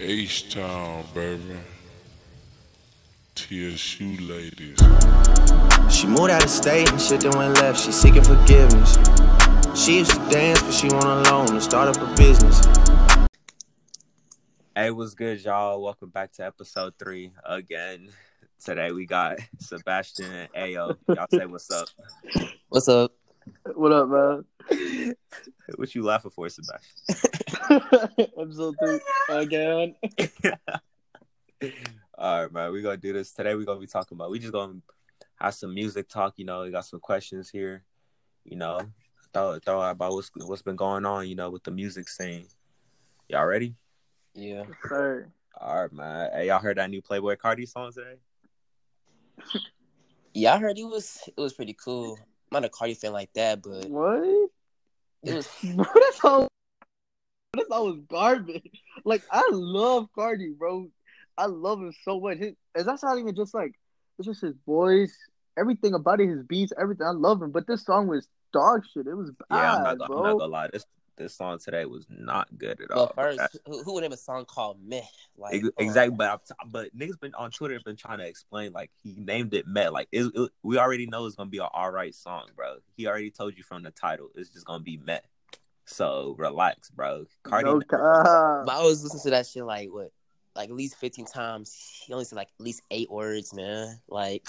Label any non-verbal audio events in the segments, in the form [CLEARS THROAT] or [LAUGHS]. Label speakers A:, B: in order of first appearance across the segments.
A: H Town, baby. TSU ladies.
B: She moved out of state and shit then went left. She seeking forgiveness. She used to dance, but she went alone and start up a business.
C: Hey, what's good, y'all? Welcome back to episode three again. Today we got Sebastian and Ayo. Y'all say what's up.
D: What's up?
E: What up, man?
C: what you laughing for, Sebastian? [LAUGHS]
E: Episode three again.
C: All right, man. We're gonna do this. Today we're gonna be talking about we just gonna have some music talk, you know, we got some questions here, you know. Throw throw out about what's what's been going on, you know, with the music scene. Y'all ready?
D: Yeah.
E: Sir,
C: All right, man. Hey, y'all heard that new Playboy Cardi song today?
D: Yeah, I heard it was it was pretty cool. I'm not a Cardi fan like that, but
E: what?
D: it
C: [LAUGHS]
D: was
E: Bro, that song, that song was garbage. Like, I love Cardi, bro. I love him so much. His, and that's not even just like, it's just his voice, everything about it, his beats, everything. I love him, but this song was dog shit. It was
C: Yeah, I'm, not,
E: bad,
C: gonna-
E: bro.
C: I'm not gonna lie. This this song today was not good at all.
D: well first who, who would have a song called Meh?
C: Oh, Ex-
D: Like um, come on.
C: Exactly, but I'm t- but niggas been on Twitter been trying to explain like he named it Met. Like it, it- we already know it's gonna be an all right song, bro. He already told you from the title it's just gonna be Met. So relax, bro. Cardi,
E: no time.
D: But I was listening to that shit like what like at least 15 times. He only said like at least eight words, man.
C: [LAUGHS]
D: Like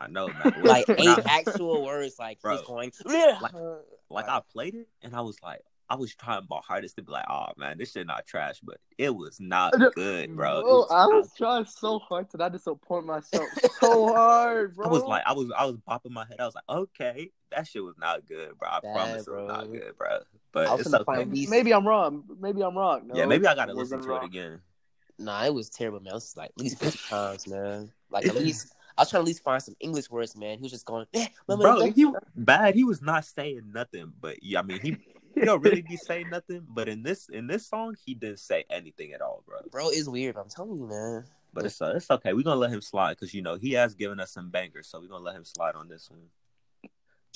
C: I know, man.
D: like
C: When
D: eight
C: I-
D: actual words. Like
C: Bro.
D: he's going
C: Like- like I played it and I was like, I was trying my hardest to be like, oh man, this shit not trash, but it was
E: [LAUGHS]
C: not
E: No,
C: good, bro.
E: Bro,
C: It was
E: I
C: not
E: was trying so hard to not disappoint myself so hard,
C: [LAUGHS]
E: bro.
C: I was like, I was, I was bopping my head. I was like, okay, that shit was not good, bro. I
D: Bad,
C: promise it was
D: bro.
C: not good, bro. But
D: I was
C: it's
D: finna
C: okay.
D: find
E: maybe,
D: least-
E: maybe I'm wrong. Maybe I'm wrong. No,
C: yeah, maybe I gotta
E: it
C: listen
E: wasn't
C: to it
E: wrong.
C: again.
D: Nah, it was terrible, man. It was like at
C: [LAUGHS]
D: least 50 times, man. Like at least I was trying to at least find some English words, man. He was just going, eh, my man,
C: Bro,
D: don't-
C: he bad. He was not saying nothing, but yeah, I mean, he, he don't really
E: [LAUGHS]
C: be saying nothing. But in this in this song, he didn't say anything at all, bro.
D: bro, it's weird. I'm telling you, man.
C: But it's uh, it's okay. We're gonna let him slide because you know he has given us some bangers, so we're gonna let him slide on this one.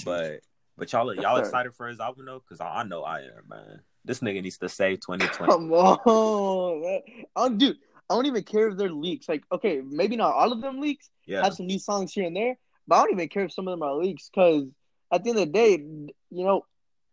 C: But but y'all y'all
E: sir.
C: excited for his album though? Because I, I know I am, man. This nigga needs to
E: [LAUGHS]
C: save 2020.
E: Come on, man. Oh, dude, I don't even care if they're leaks. Like, okay, maybe not all of them leaks.
C: Yeah,
E: Have some new songs here and there, but I don't even care if some of them are leaks because at the end of the day, you know,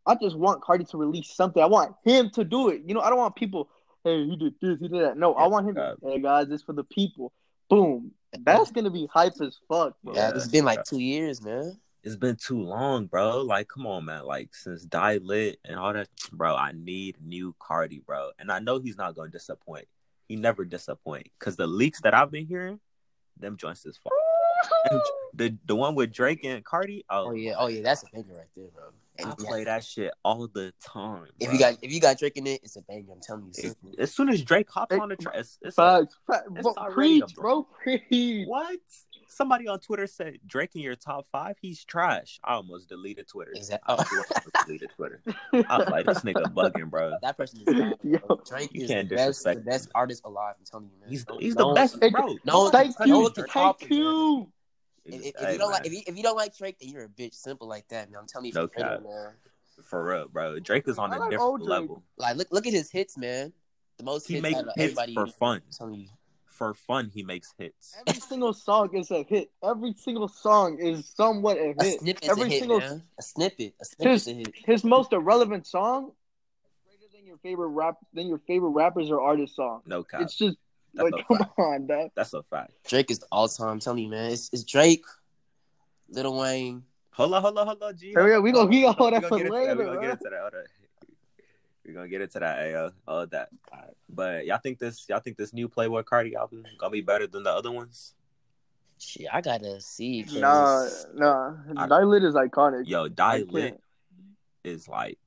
E: I just want Cardi to release something. I want him to do it. You know, I don't want people. Hey, he did this, he did that. No, I
C: Yeah,
E: want him.
C: God.
E: to Hey guys, this for the people. Boom. That's gonna be hype as fuck. Bro.
D: Yeah,
C: Yeah.
D: it's been like two years, man.
C: it's been too long, bro. Like, come on, man. Like, since Die Lit and all that, bro, I need new Cardi, bro. And I know he's not going to disappoint. He never disappoint. Because the leaks that I've been hearing, them joints is
D: [LAUGHS]
C: fire. the, the one with Drake and Cardi, oh,
D: Oh yeah, oh yeah, that's a banger right there, bro. And
C: I
D: if you-
C: play that shit all the time.
D: if
C: bro.
D: you got if you got Drake in it, it's a banger. I'm telling you.
C: As-
D: sis.
C: as soon as Drake hops
E: It-
C: on the track, it's, it's like,
E: Facts, facts.
C: It's
E: Bro,
C: already
E: preach,
C: a-
E: bro, preach.
C: what? Somebody on Twitter said Drake in your top five. He's trash. I almost deleted Twitter.
D: Exact-
C: I almost deleted Twitter. I was like, this nigga bugging, bro.
D: [LAUGHS] that person is God,
E: [LAUGHS] Yo,
C: [LAUGHS]
D: bro. Drake
C: you
D: is
C: can't
D: the best, the
C: disrespect
D: best artist alive. I'm telling you, man.
C: He's
D: Don't-
C: he's
D: no
C: the
D: one-
C: best,
E: Hey,
C: bro.
D: no one
E: Thank
D: can-
E: you,
D: no one can
E: thank
D: top him,
E: you.
D: If, if, if
C: Hey,
D: you don't like
C: man,
D: if you, if you don't like Drake, then you're a bitch. Simple like that, man. I'm telling you,
C: No
D: for real,
C: cap.
D: man.
C: for real, bro. Drake is on
E: I
C: a
E: like
C: different
E: old Drake.
C: level.
D: Like look look at his hits, man. The most
C: He
D: hits
C: makes
D: out of
C: hits
D: everybody.
C: for fun.
D: I'm telling you.
C: For fun, he makes hits.
E: Every single song is a hit. Every single song is somewhat a
D: A
E: hit.
D: snippet's
E: Every
D: a hit,
E: single
D: man. A snippet. A snippet's a hit.
E: his most irrelevant song greater than your favorite rap than your favorite rappers or artist song.
C: No cap.
E: It's just
C: That's
E: like
C: a
E: come
C: fact.
E: on, dog.
C: That's a fact.
D: Drake is the all time. I'm telling you, man. It's, it's Drake, Lil Wayne.
C: Hold on, hold on, hold on, G.
E: Hurry up, we gonna- we gonna
C: Hold
E: hold
C: on,
E: that
C: we
E: for
C: gonna get into that. We
E: later,
C: gonna get
E: huh?
C: into that. Hold on. We're gonna get into that, Ayo. All that. But y'all think this y'all think this new Playboy Cardi album gonna be better than the other ones?
D: Shit, I gotta see. 'cause-
E: Nah, nah.
C: I-
E: Dilit is iconic.
C: Yo,
E: I
C: Die
E: can't.
C: Lit is like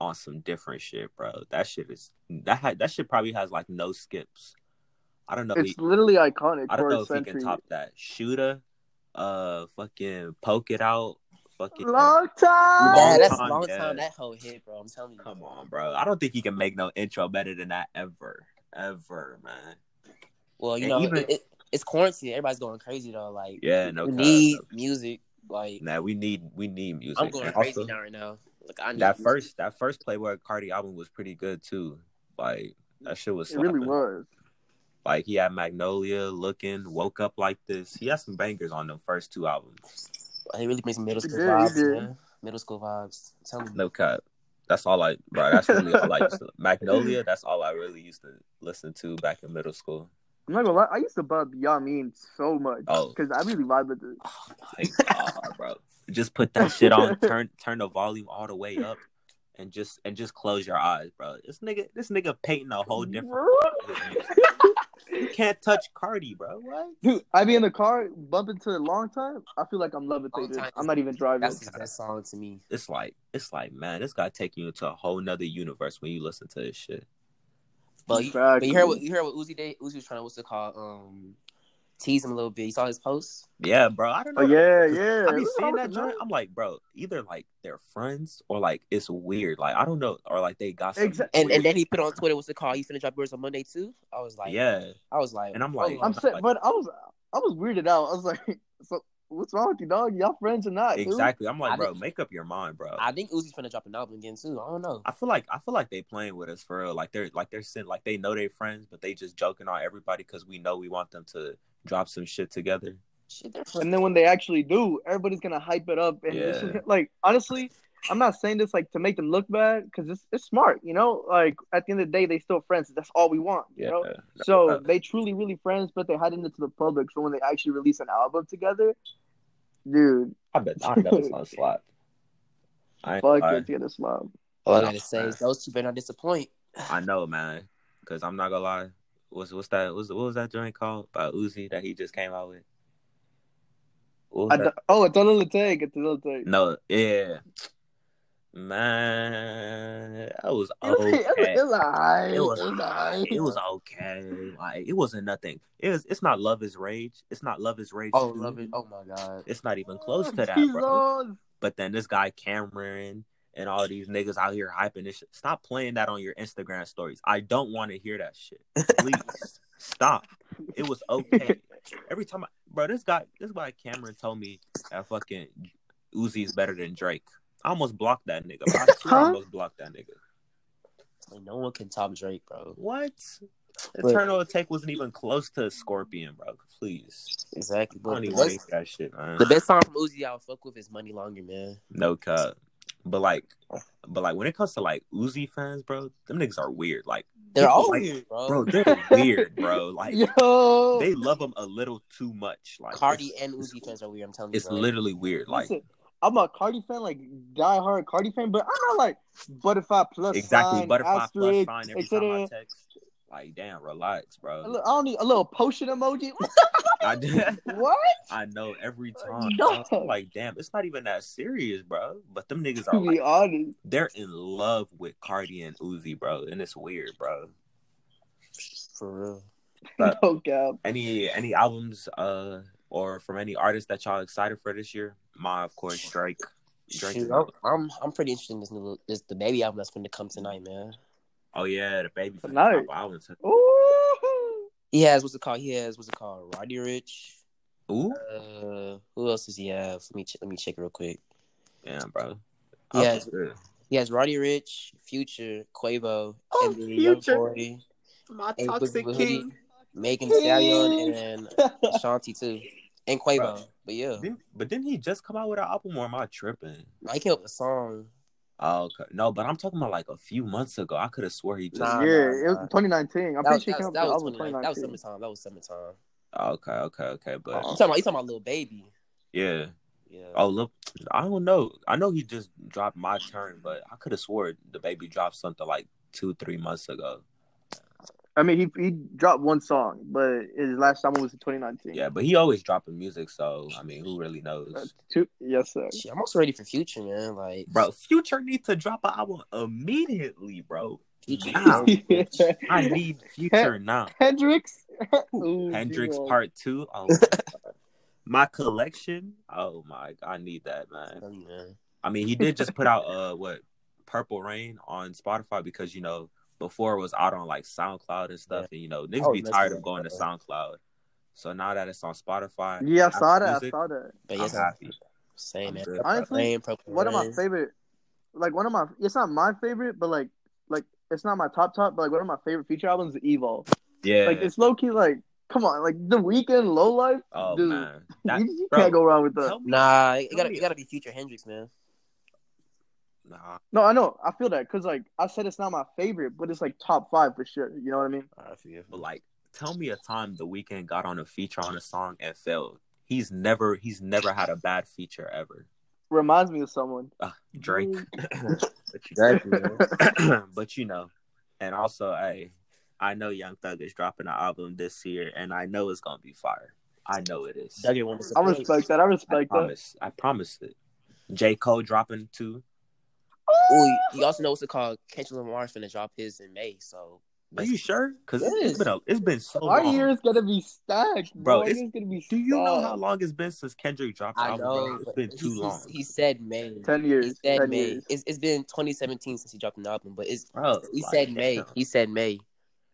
C: on some different shit, bro. That shit is that ha- that shit probably has like no skips. I don't know.
E: It's
C: he-
E: literally iconic
C: I don't
E: for
C: know
E: a
C: if he can
E: century.
C: top that. Shooter, uh, fucking poke it out, fucking.
E: Long time.
D: Yeah,
C: Long
D: that's a
C: time,
D: long
C: yeah.
D: time that whole hit, bro. I'm telling you.
C: Come on, bro. I don't think he can make no intro better than that ever, ever, man.
D: Well, you
C: And
D: know,
C: even-
D: it, it- it's quarantine. Everybody's going crazy though. Like,
C: Yeah, no.
D: we
C: cap,
D: need
C: no cap.
D: music. Like,
C: Nah, we need we need music.
D: I'm going
C: And
D: crazy
C: also,
D: now right now. Like, I need
C: that
D: music.
C: first that first Playboy Cardi album was pretty good too. Like that shit was.
E: It really
C: slapping.
E: was.
C: Like he had Magnolia, Looking, Woke Up Like This. He had some bangers on them first two albums.
D: It really brings me middle
E: He
D: school
E: did, he
D: vibes,
E: did.
D: man. Middle school vibes. Tell me.
C: No cut. That's all I, bro. That's really all I
E: [LAUGHS]
C: used to. Magnolia. That's all I really used to listen to back in middle school.
E: I'm not gonna lie, I used to bub Yamin so much
C: Oh.
E: because I really vibe with it.
C: Oh my god, bro! Just put that shit on. Turn turn the volume all the way up, and just and just close your eyes, bro. This nigga, this nigga painting a whole different. [LAUGHS] Can't touch Cardi, bro. What?
E: Dude, I be in the car bumping to a long time. I feel like I'm loving
D: Long
E: it.
D: Time
E: I'm not even driving.
D: That's his best song to me.
C: It's like it's like man, this guy taking you into a whole nother universe when you listen to this shit.
D: But you, but you heard what you heard what Uzi did. Uzi was trying to what's it called? Um, tease him a little bit. You saw his post.
C: Yeah, bro. I don't know.
E: oh yeah, Oh, yeah.
C: I be
E: Look
C: seeing
E: how
C: that
E: it
C: joint.
E: goes.
C: I'm like, bro, either like they're friends or like it's weird. Like I don't know, or like they got some
E: Exact-
D: And and then he put on Twitter what's it called? He finna drop yours on Monday too. I was like,
C: yeah,
D: I was like,
C: And I'm like-
D: hold on.
E: I'm set,
C: like-
E: but I was I was weirded out. I was like, [LAUGHS] so what's wrong with you, dog? Y'all friends or not? dude?
C: exactly. I'm like,
D: I
C: bro,
D: didn't-
C: make up your mind, bro.
D: I think Uzi's finna drop an album again too. I don't know.
C: I feel like I feel like they playing with us for real. Like they're like they're sent like they know they friends, but they just joking on everybody because we know we want them to drop some shit together.
D: Shit, they're
E: And then when they actually do, everybody's gonna hype it up. And this
C: Yeah.
E: is, [LAUGHS] like honestly, I'm not saying this like to make them look bad because it's it's smart, you know. Like at the end of the day, they still friends. That's all we want, you
C: Yeah.
E: know. So
C: Uh,
E: they truly, really friends, but they hiding it to the public. So when they actually release an album together, dude,
C: I bet I bet it's on
E: [LAUGHS]
C: slap. I, ain't
E: fuck,
C: gonna
E: it's gonna slap.
D: all I gotta say is those two better not disappoint.
C: lie. I know, man. Cause I'm not gonna lie. What's what's that? What's, what was that joint called by Uzi that he just came out with? What was
E: I
C: that?
E: th- oh, it's a little tag. It's a little tag. [LAUGHS]
C: No, yeah, man, that was
E: It was-
C: okay.
E: It was alright.
C: It
E: [LAUGHS]
C: was
E: alright.
C: It was okay. Like it wasn't nothing. It was. It's not love is rage. It's not love is rage.
D: Oh,
C: two.
D: love it. Oh my god.
C: It's not even
E: Oh,
C: close to that, bro.
E: Jesus.
C: But then this guy Cameron and all these niggas out here hyping this. Shit. Stop playing that on your Instagram stories. I don't want to hear that shit. Please stop. It was okay. Every time, I, bro, this guy, this guy Cameron told me that fucking Uzi is better than Drake. I almost blocked that nigga. Bro. I swear I
E: Huh?
C: almost blocked that nigga.
D: Like, no one can top Drake, bro.
C: What?
D: But-
C: Eternal Attack wasn't even close to Scorpion, bro. Please.
D: Exactly.
C: I
D: But
C: don't
D: the
C: even want to
D: best,
C: hear that shit, man.
D: the best song from Uzi I'll fuck with is Money Longer, man.
C: No cut. But like but like when it comes to like Uzi fans, bro, them niggas are weird. Like
D: They're
C: People
D: all
C: like-
D: weird, bro.
C: bro,
D: [LAUGHS]
C: they're weird, bro. Like
E: Yo,
C: they love them a little too much. Like
D: Cardi
C: it's,
D: and Uzi fans are weird. I'm telling you,
C: it's
D: bro.
C: literally weird. Like
E: Listen, I'm a Cardi fan, like diehard Cardi fan, but I'm not like butterfly plus
C: exactly
E: sign,
C: butterfly plus
E: asterisk,
C: sign every time I
E: etc.
C: text. Like, damn, relax,
E: A
C: bro.
E: li- I don't need a little
C: [LAUGHS]
E: potion emoji.
C: I,
E: [LAUGHS] what?
C: [LAUGHS] I know every time.
E: No.
C: bro. Like, damn, it's not even that serious, bro. But them niggas are
E: To
C: like
E: be honest,
C: they're in love with Cardi and Uzi, bro, and it's weird, bro.
D: For real.
C: But-
E: [LAUGHS] no cap.
C: Any any albums uh or from any artists that y'all excited for this year? My of course Drake. Drake.
D: Shoot, I'm, I'm I'm pretty interested in this new little- this the baby album that's finna come tonight, man.
C: Oh yeah, the baby. from
E: Tonight.
C: Pop Island.
E: Ooh.
D: He has what's it called? He has what's it called? Roddy Rich.
C: Ooh,
D: Uh, who else does he have? Let me ch- let me check real quick.
C: damn, bro.
D: Yeah.
C: Oh, good.
D: He has Roddy Rich, Future, Quavo,
E: Oh,
D: Eminem,
E: Future.
D: Youngboy,
C: My
D: Ain't
C: toxic
D: Boogie
C: [LAUGHS]
D: Boogie.
C: king.
D: Megan Thee Stallion, and Shanti too, and Quavo.
C: Bro.
D: But yeah,
C: Didn't- But didn't he just come out with an album or am I tripping?
D: I came up with a song.
C: Oh, okay. no, but I'm talking about like a few months ago. I could have swore he just.
E: yeah,
D: Nah,
E: it
D: nah.
E: was 2019. I'm
D: That was,
E: pretty sure
D: that
E: it
D: was, that, was
E: came out in
D: 2019. that was
E: 2019.
D: summertime. That was summertime.
C: Oh, Okay, okay, okay. But
D: You talking about you talking about little baby?
C: yeah.
D: Yeah.
C: Oh look, I don't know. I know he just dropped my turn, but I could have swore the baby dropped something like two, three months ago.
E: I mean, he he dropped one song, but his last album was in Uh, 2019.
C: Yeah, but he always dropping music, so I mean, who really
E: Uh,
C: knows?
E: two, yes, sir.
D: Shit, I'm also ready for Future, man. Like,
C: Bro, Future needs to drop an album immediately, bro.
D: Future,
C: Nah. I
E: [LAUGHS]
C: need Future now.
E: Hendrix.
C: Ooh,
E: Ooh,
C: Hendrix
E: G-Wall.
C: Part Two. Oh my god, my collection. Oh my, god, I need that, man.
D: Tell you, man.
C: I mean, he did just put out uh what Purple Rain on Spotify because you know before it was out on like SoundCloud and stuff, and you know niggas
D: Oh,
C: be
D: that's
C: tired of
D: right,
C: going to
D: bro.
C: SoundCloud. So now that it's on Spotify,
E: Yeah, I saw
C: Apple Music,
E: that. I saw that.
D: But
C: I'm
D: yes, I'm
C: happy.
D: saying
C: I'm
D: man.
C: good.
E: Honestly,
D: Purple Rain, Purple
E: One of my
D: Rain.
E: favorite, like one of my. It's not my favorite, but like, like it's not my top top, but like one of my favorite feature albums is Evo.
C: Yeah.
E: Like it's low key like come on, like the weekend low life.
C: oh
E: dude,
C: man. That,
E: you, you
C: bro,
E: can't go wrong with that.
C: tell me-
D: Nah, it
C: Tell
D: gotta
C: me-
D: it gotta be Future Hendrix, man.
C: Nah.
E: No, I know. I feel that because like I said, it's not my favorite, but it's like top five for sure. You know what I mean?
D: All right, forgive
C: But like, tell me a time the weekend got on a feature on a song and failed. He's never he's never had a bad feature ever.
E: Reminds me of someone.
C: Ah, Drake.
D: [LAUGHS]
C: but, you,
E: [LAUGHS]
D: Exactly. man.
C: [CLEARS THROAT] but you know, and also I I know Young Thug is dropping an album this year, and I know it's gonna be fire. I know it is.
D: Dougie won't
E: I
D: disappoint.
E: respect that. I
C: I
E: respect that.
C: promise. I promise it. J Cole dropping too.
D: Ooh, you also know what's it called? Kendrick Lamar's finna drop his in May, so
C: Are you sure? Because
D: Yes.
C: it's been a, it's been so
E: Our
C: long.
E: year is gonna be stacked,
C: Bro,
E: bro. Our
C: it's-
E: year's gonna be stacked.
C: Do you know how long it's been since Kendrick dropped the
D: I
C: album? bro?
D: know.
C: It's
D: but
C: been
D: he-
C: too
D: he-
C: long,
D: He said May.
E: Ten
D: He
E: years.
D: said
E: Ten
D: May.
E: years.
D: It's, it's been 2017 since he dropped an album, but it's
C: bro.
D: he
C: like,
D: said May.
C: damn.
D: He said May.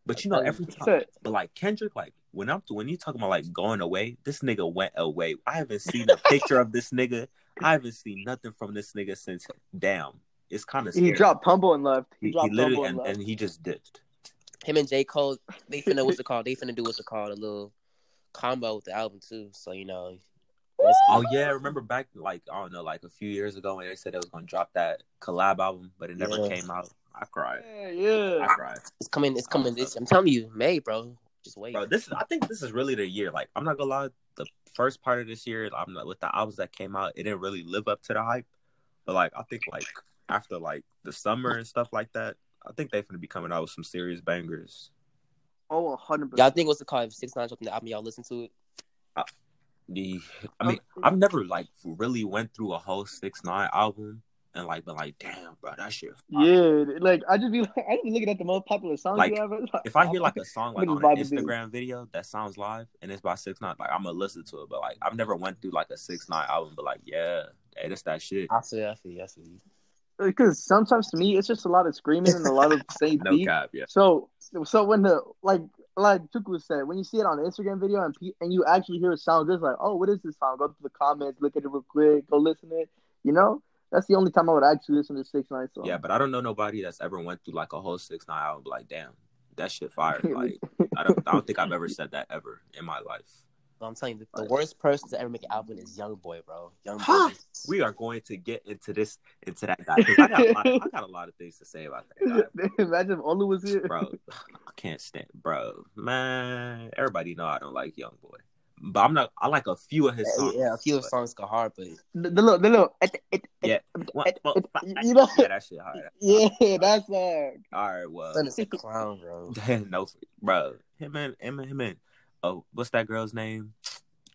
C: But you know, every
E: He
C: time,
E: said,
C: but like Kendrick, like when I'm when you talking about like going away, this nigga went away. I haven't seen a picture of this nigga. I haven't seen nothing from this nigga since. Damn, it's kind of
E: he dropped Humble and left.
C: He,
E: He,
C: he
E: dropped Humble
C: literally
E: and
C: and,
E: left.
C: and he just ditched.
D: Him and J Cole, they finna what's it called? They finna do what's it called? A little combo with the album too. So you know,
C: Oh yeah, I remember back like I don't know, like a few years ago when they said they was gonna drop that collab album, but it never
D: Yeah.
C: came out. I cried.
E: Yeah,
C: I
E: yeah.
C: cried.
D: it's coming. It's coming. This I'm telling you, May, bro. Just wait.
C: Bro, this is I think this is really the year. Like I'm not gonna lie, the first part of this year, I'm not, with the albums that came out, it didn't really live up to the hype. But like I think like after like the summer and stuff like that, I think they finna be coming out with some serious bangers.
E: Oh, 100
D: y'all
E: percent.
D: think what's it called? If Six Nine dropping the album, y'all listen to it.
C: The I mean, I've never like really went through a whole six nine album and like been like, damn, bro, that shit. fire."
E: Yeah, like I just be like, I just be looking at the most popular songs
C: Like,
E: you have. It's
C: If I hear
E: [LAUGHS]
C: like a song like
E: I'm
C: on
E: just
C: an
E: vibing, dude.
C: Instagram video that sounds live and it's by Six Nine, like I'm gonna listen to it. But like I've never went through like a Six Nine album, but like yeah, hey, that's that shit.
D: I feel. I feel. I feel. you.
E: because sometimes to me it's just a lot of screaming and
C: [LAUGHS]
E: a lot of same
C: No
E: beat.
C: cap, yeah.
E: So, so when the like like Tuku said, when you see it on an Instagram video and pe- and you actually hear it sound good, it's like, oh, what is this song? Go to the comments, look at it real quick, go listen to it. You know, that's the only time I would actually listen to Six Nine song. [LAUGHS]
C: Yeah, but I don't know nobody that's ever went through like a whole six nine album. Like, damn, that shit fire.
D: [LAUGHS]
C: Like, I don't, I don't think I've ever said that ever in my life.
D: But I'm telling you, the, the
C: Right.
D: worst person to ever make an album is Young Boy, bro. Young
C: Huh?
D: Boy.
C: We are going to get into this, into that guy. 'cause I got, a lot of, I got a lot of things to say about that
D: [LAUGHS]
E: Imagine if Olu was
C: guy,
E: here.
C: uh, bro. I can't stand, bro. Man, everybody know I don't like Young Boy, but I'm not. I like a few of his
D: Yeah,
C: songs.
D: yeah, a few of
C: but-
D: his songs go hard, but
E: [LAUGHS] The, the little, the little, it, it, it,
C: Yeah, Well,
E: it-
C: well,
E: it-
C: I-
E: you know-
C: yeah, that shit
D: [LAUGHS]
C: hard.
E: [LAUGHS] yeah, that's like,
C: All right, well,
D: Son uh, is a clown, bro.
C: [LAUGHS] no, bro. Him and him and him and oh, what's that girl's name?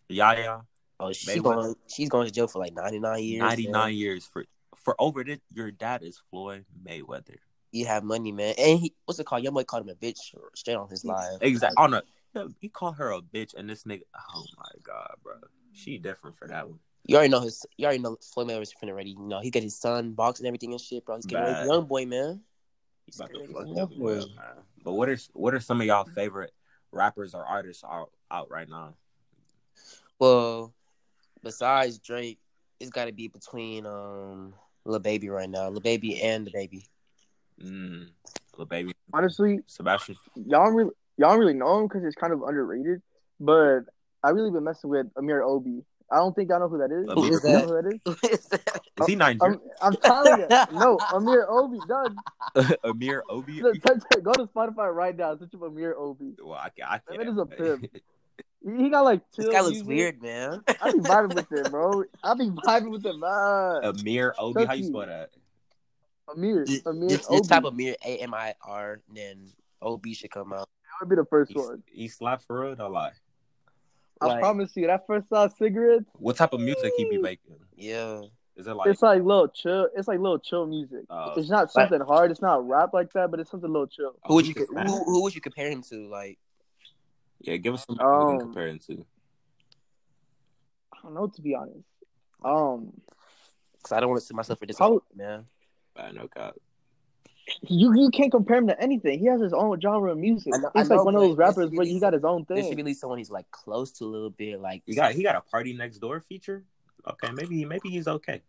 C: Yaya.
D: Oh, she
C: Mayweather.
D: going, she's going to jail for like 99 years. man.
C: 99 years for for over this. Your dad is Floyd Mayweather.
D: You have money, man. And he, what's it called? Young boy called him a bitch straight on his live.
C: Exactly. Oh no, No, he called her a bitch, and this nigga. Oh my god, bro. She different for that one.
D: You already know his. You already know Floyd Mayweather's friend already. You know he got his son boxing everything and shit, bro. He's getting ready
C: Bad.
D: for young boy, man. He's
C: About
D: getting
C: to
D: ready
C: fuck
D: for
C: the
D: young boy.
C: world, man. But what are what are some of y'all favorite rappers or artists out out right now?
D: Well, besides Drake, it's got to be between um Lil Baby right now, Lil Baby and the baby. [LAUGHS]
C: Mm, Lil baby
E: honestly,
C: Sebastian.
E: y'all don't really y'all don't really know him because he's kind of underrated. But I really been messing with Amir Obi. I don't think I know who that is.
C: Who is
E: You know
D: that?
E: who that is?
D: Is that-
C: Is he
E: I'm,
C: Nigerian?
E: I'm
D: [LAUGHS]
E: telling you, no, Amir Obi. Doug,
C: [LAUGHS] Amir Obi.
E: look, touch- touch- go to Spotify right now. Search up Amir Obi.
C: [LAUGHS] Well, I, ca- I
E: That
C: can't.
E: man is a pimp. He, he got like chill.
D: this guy looks
E: music.
D: weird, man.
E: I be vibing with him, bro. I be vibing with him. Uh,
C: [LAUGHS] Amir Obi. How you spell that?
E: Amir,
D: Just,
E: Amir
D: just,
E: Obi.
D: just type of mirror A M I R, and then OB should come out.
E: that would be the first
C: He,
E: one.
C: he slapped for real. Don't lie.
E: I
D: Like,
E: promise you. That first saw cigarettes.
C: What type of music he be making?
D: yeah,
C: Is it like
E: it's like little chill. It's like little chill music.
D: Uh,
C: Oh.
E: it's not something hard. It's not rap like that, but it's something little chill.
D: who would you
C: Who's that?
D: who, who would you compare him to? Like,
C: Yeah, give us some we
E: Um,
C: can compare it to.
E: I don't know to be honest. Um,
D: cause I don't want to sit myself for this,
E: Probably-
D: man.
C: I know, God.
E: you you can't compare him to anything. He has his own genre of music.
D: I know-
E: He's
D: I know,
E: like one of those
D: but there
E: rappers
D: should be
E: where he
D: these-
E: got his own
D: There should be
E: thing.
D: at least someone he's like close to a little bit, like
C: He got he got a party next door feature. Okay, maybe maybe he's okay.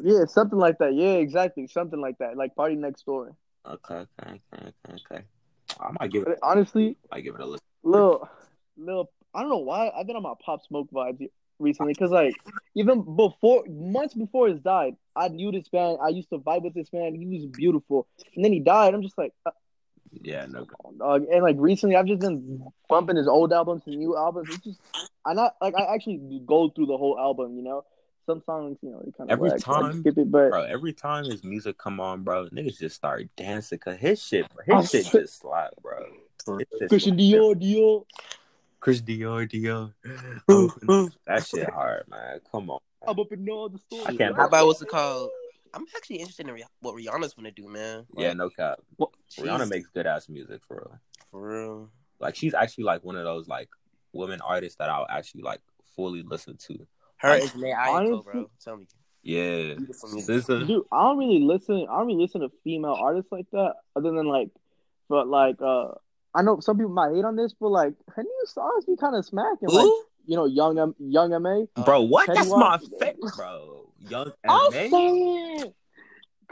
E: Yeah, something like that. Yeah, exactly, something like that. Like party next door.
C: Okay, okay, okay, okay, okay. I might give it.
E: But honestly,
C: I give it a listen.
E: Lil, Lil, I don't know why I've been on my Pop Smoke vibes recently because like even before months before his died, I knew this man. I used to vibe with this man. He was beautiful, and then he died. I'm just like, uh,
C: Yeah, no.
E: come on, dog. And like recently, I've just been bumping his old albums and new albums. It's just I not like I actually go through the whole album. You know, some songs you know they kind of
C: Every time,
E: skip it, but
C: Bro, every time his music come on, bro, niggas just start dancing. Cause his shit, bro, his shit just slap, bro. His shit
E: Christian
C: slap.
E: Dior, Dior.
C: Chris Dior, Dior. that shit hard, man. Come on.
E: I'm up in all the stores.
C: I can't-
D: How about what's it called? I'm actually interested in Rih- what Rihanna's gonna do, man.
C: Yeah, no cap.
D: She's-
C: Rihanna makes good ass music for real.
D: for real.
C: Like she's actually like one of those like women artists that I'll actually like fully listen to.
D: Her is May Ayako,
E: honestly-
D: bro. Tell me.
C: Yeah,
D: Beautiful music.
C: SZA.
E: Dude, I don't really listen. I don't really listen to female artists like that, other than like, but like, uh, I know some people might hate on this, but like, her new songs be kind of smacking, like,
C: Who?
E: you know, young M- young Ma.
D: uh,
C: Bro, what?
E: Petty
C: That's my
E: Wap.
C: favorite, bro. Young
E: I'm
C: M.A.
E: saying,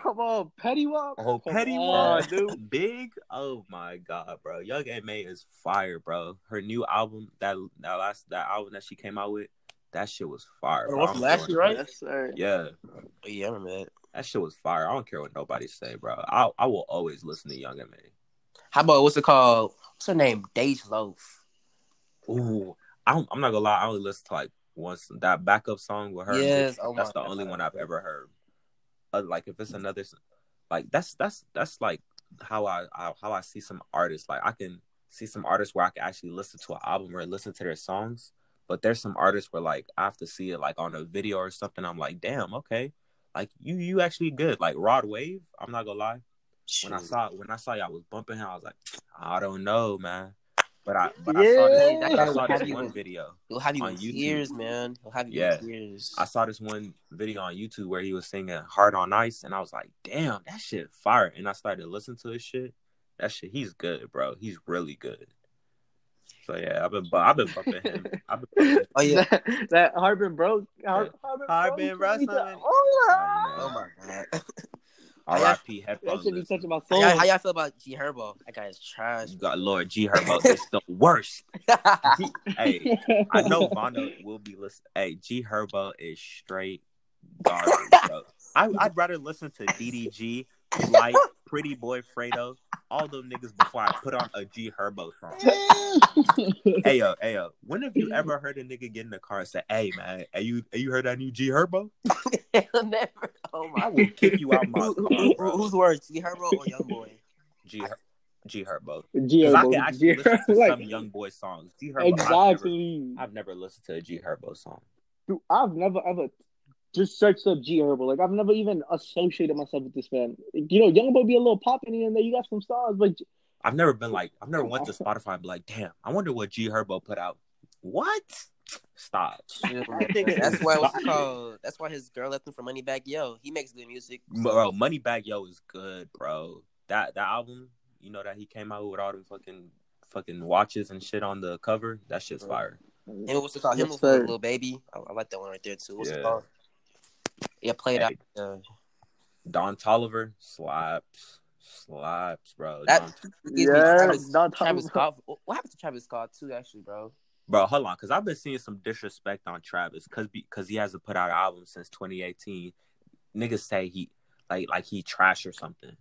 E: come on, Petty Wop.
C: Oh,
E: Come
C: Petty
E: on,
C: Wap, dude. Big. Oh my god, bro. Young M.A. is fire, bro. Her new album, that that last that album that she came out with, that shit was fire.
D: The
C: Bro.
D: one
C: I
D: from
C: don't
D: last
C: care
D: year, right?
E: Yes, sir.
C: what- Yeah,
D: Oh, yeah, I remember that.
C: that shit was fire. I don't care what nobody say, bro. I I will always listen to Young M.A.
D: How about what's it called? What's her name? Dej Loaf.
C: Ooh, I'm I'm not gonna lie. I only listen to like once that backup song with her.
D: Yes, oh
C: that's
D: my
C: the only
D: God.
C: one I've ever heard. Uh, like if it's another, s- like that's that's that's like how I, I how I see some artists. Like I can see some artists where I can actually listen to an album or listen to their songs. But there's some artists where like I have to see it like on a video or something. I'm like, damn, okay, like you you actually good. Like Rod Wave, I'm not gonna lie. When I
D: Shoot.
C: saw when I saw y'all was bumping him, I was like, I don't know, man. But I but
E: Yeah.
C: I saw this, I
D: That
C: saw
D: guy
C: this
D: will
C: one
D: have
C: video.
D: He'll have you
C: On
D: in
C: YouTube.
D: tears, man. He'll have you
C: Yeah.
D: in tears.
C: I saw this one video on YouTube where he was singing "Hard on Ice," and I was like, "Damn, that shit fire!" And I started listening to his shit. That shit, he's good, bro. He's really good. So yeah, I've been, bu- I've been bumping
E: [LAUGHS]
C: him. I've been bumping him. [LAUGHS]
D: oh yeah.
E: [LAUGHS] That, that Harbin Bro, Har- Harbin,
C: Harbin
E: Bro,
C: Russell.
E: Oh,
D: Oh my god.
C: R.I.P.
E: yeah. That
C: headphones.
E: should be
C: listen.
E: touching my
D: How
E: soul.
D: y'all, how y'all feel about G Herbo? That guy is
C: [LAUGHS]
D: trash. [LAUGHS]
C: You got Lord G Herbo. It's the worst. He- hey, I
D: [LAUGHS]
C: know Vano will be listening. Hey, G Herbo is straight garbage, bro. I, I'd rather listen to DDG, like Pretty Boy Fredo, all them niggas before I put on a G Herbo song.
E: [LAUGHS]
D: [LAUGHS]
C: Hey yo, hey yo, when have you ever heard a nigga get in the car and say, "Hey man, hey, you hey, you heard that new G Herbo?
D: He'll never. Oh
C: I
D: my.
C: will kick you out my
D: Who, who,
C: car,
D: who-
C: bro."
D: who's worse, G Herbo or Young Boy?
C: G Her- G Herbo.
E: G-O,
C: Because I
E: bro.
C: can actually
E: G-O, [LAUGHS]
C: listen to
E: like,
C: some Young Boy songs. G Herbo, I've, never,
E: Exactly.
C: I've never listened to a G Herbo song.
E: Dude, I've never ever just searched up G Herbal. Like I've never even associated myself with this man. You know, Youngboy be a little popping in there. You got some songs, but
C: I've never been like, I've never went to Spotify and be like, damn, I wonder what G Herbo put out. What? Stop.
D: Shoot,
C: That nigga
D: That's
C: is
D: why what's it
C: garbage.
D: called? That's why his girl left him for money back. Yo, he makes good music.
C: Bro, Moneybag Yo is good, bro. That that album, you know, that he came out with all the fucking fucking watches and shit on the cover, that shit's fire.
D: Him, what's it called? Him
E: Yes,
D: with
E: sir.
D: Little Baby. I, I like that one right there too. What's
C: Yeah.
D: it called? Yeah, play it
C: Hey.
D: out. Uh,
C: Don Tolliver slaps. Slaps, bro.
D: That-
C: Don-
D: excuse me,
E: Yeah,
D: Travis,
E: not
D: Travis
E: talking
D: Scott. What what happened to Travis Scott too? Actually, bro.
C: Bro, hold on, because I've been seeing some disrespect on Travis, cause because he hasn't put out an album since 2018. Niggas say he like like he trash or something.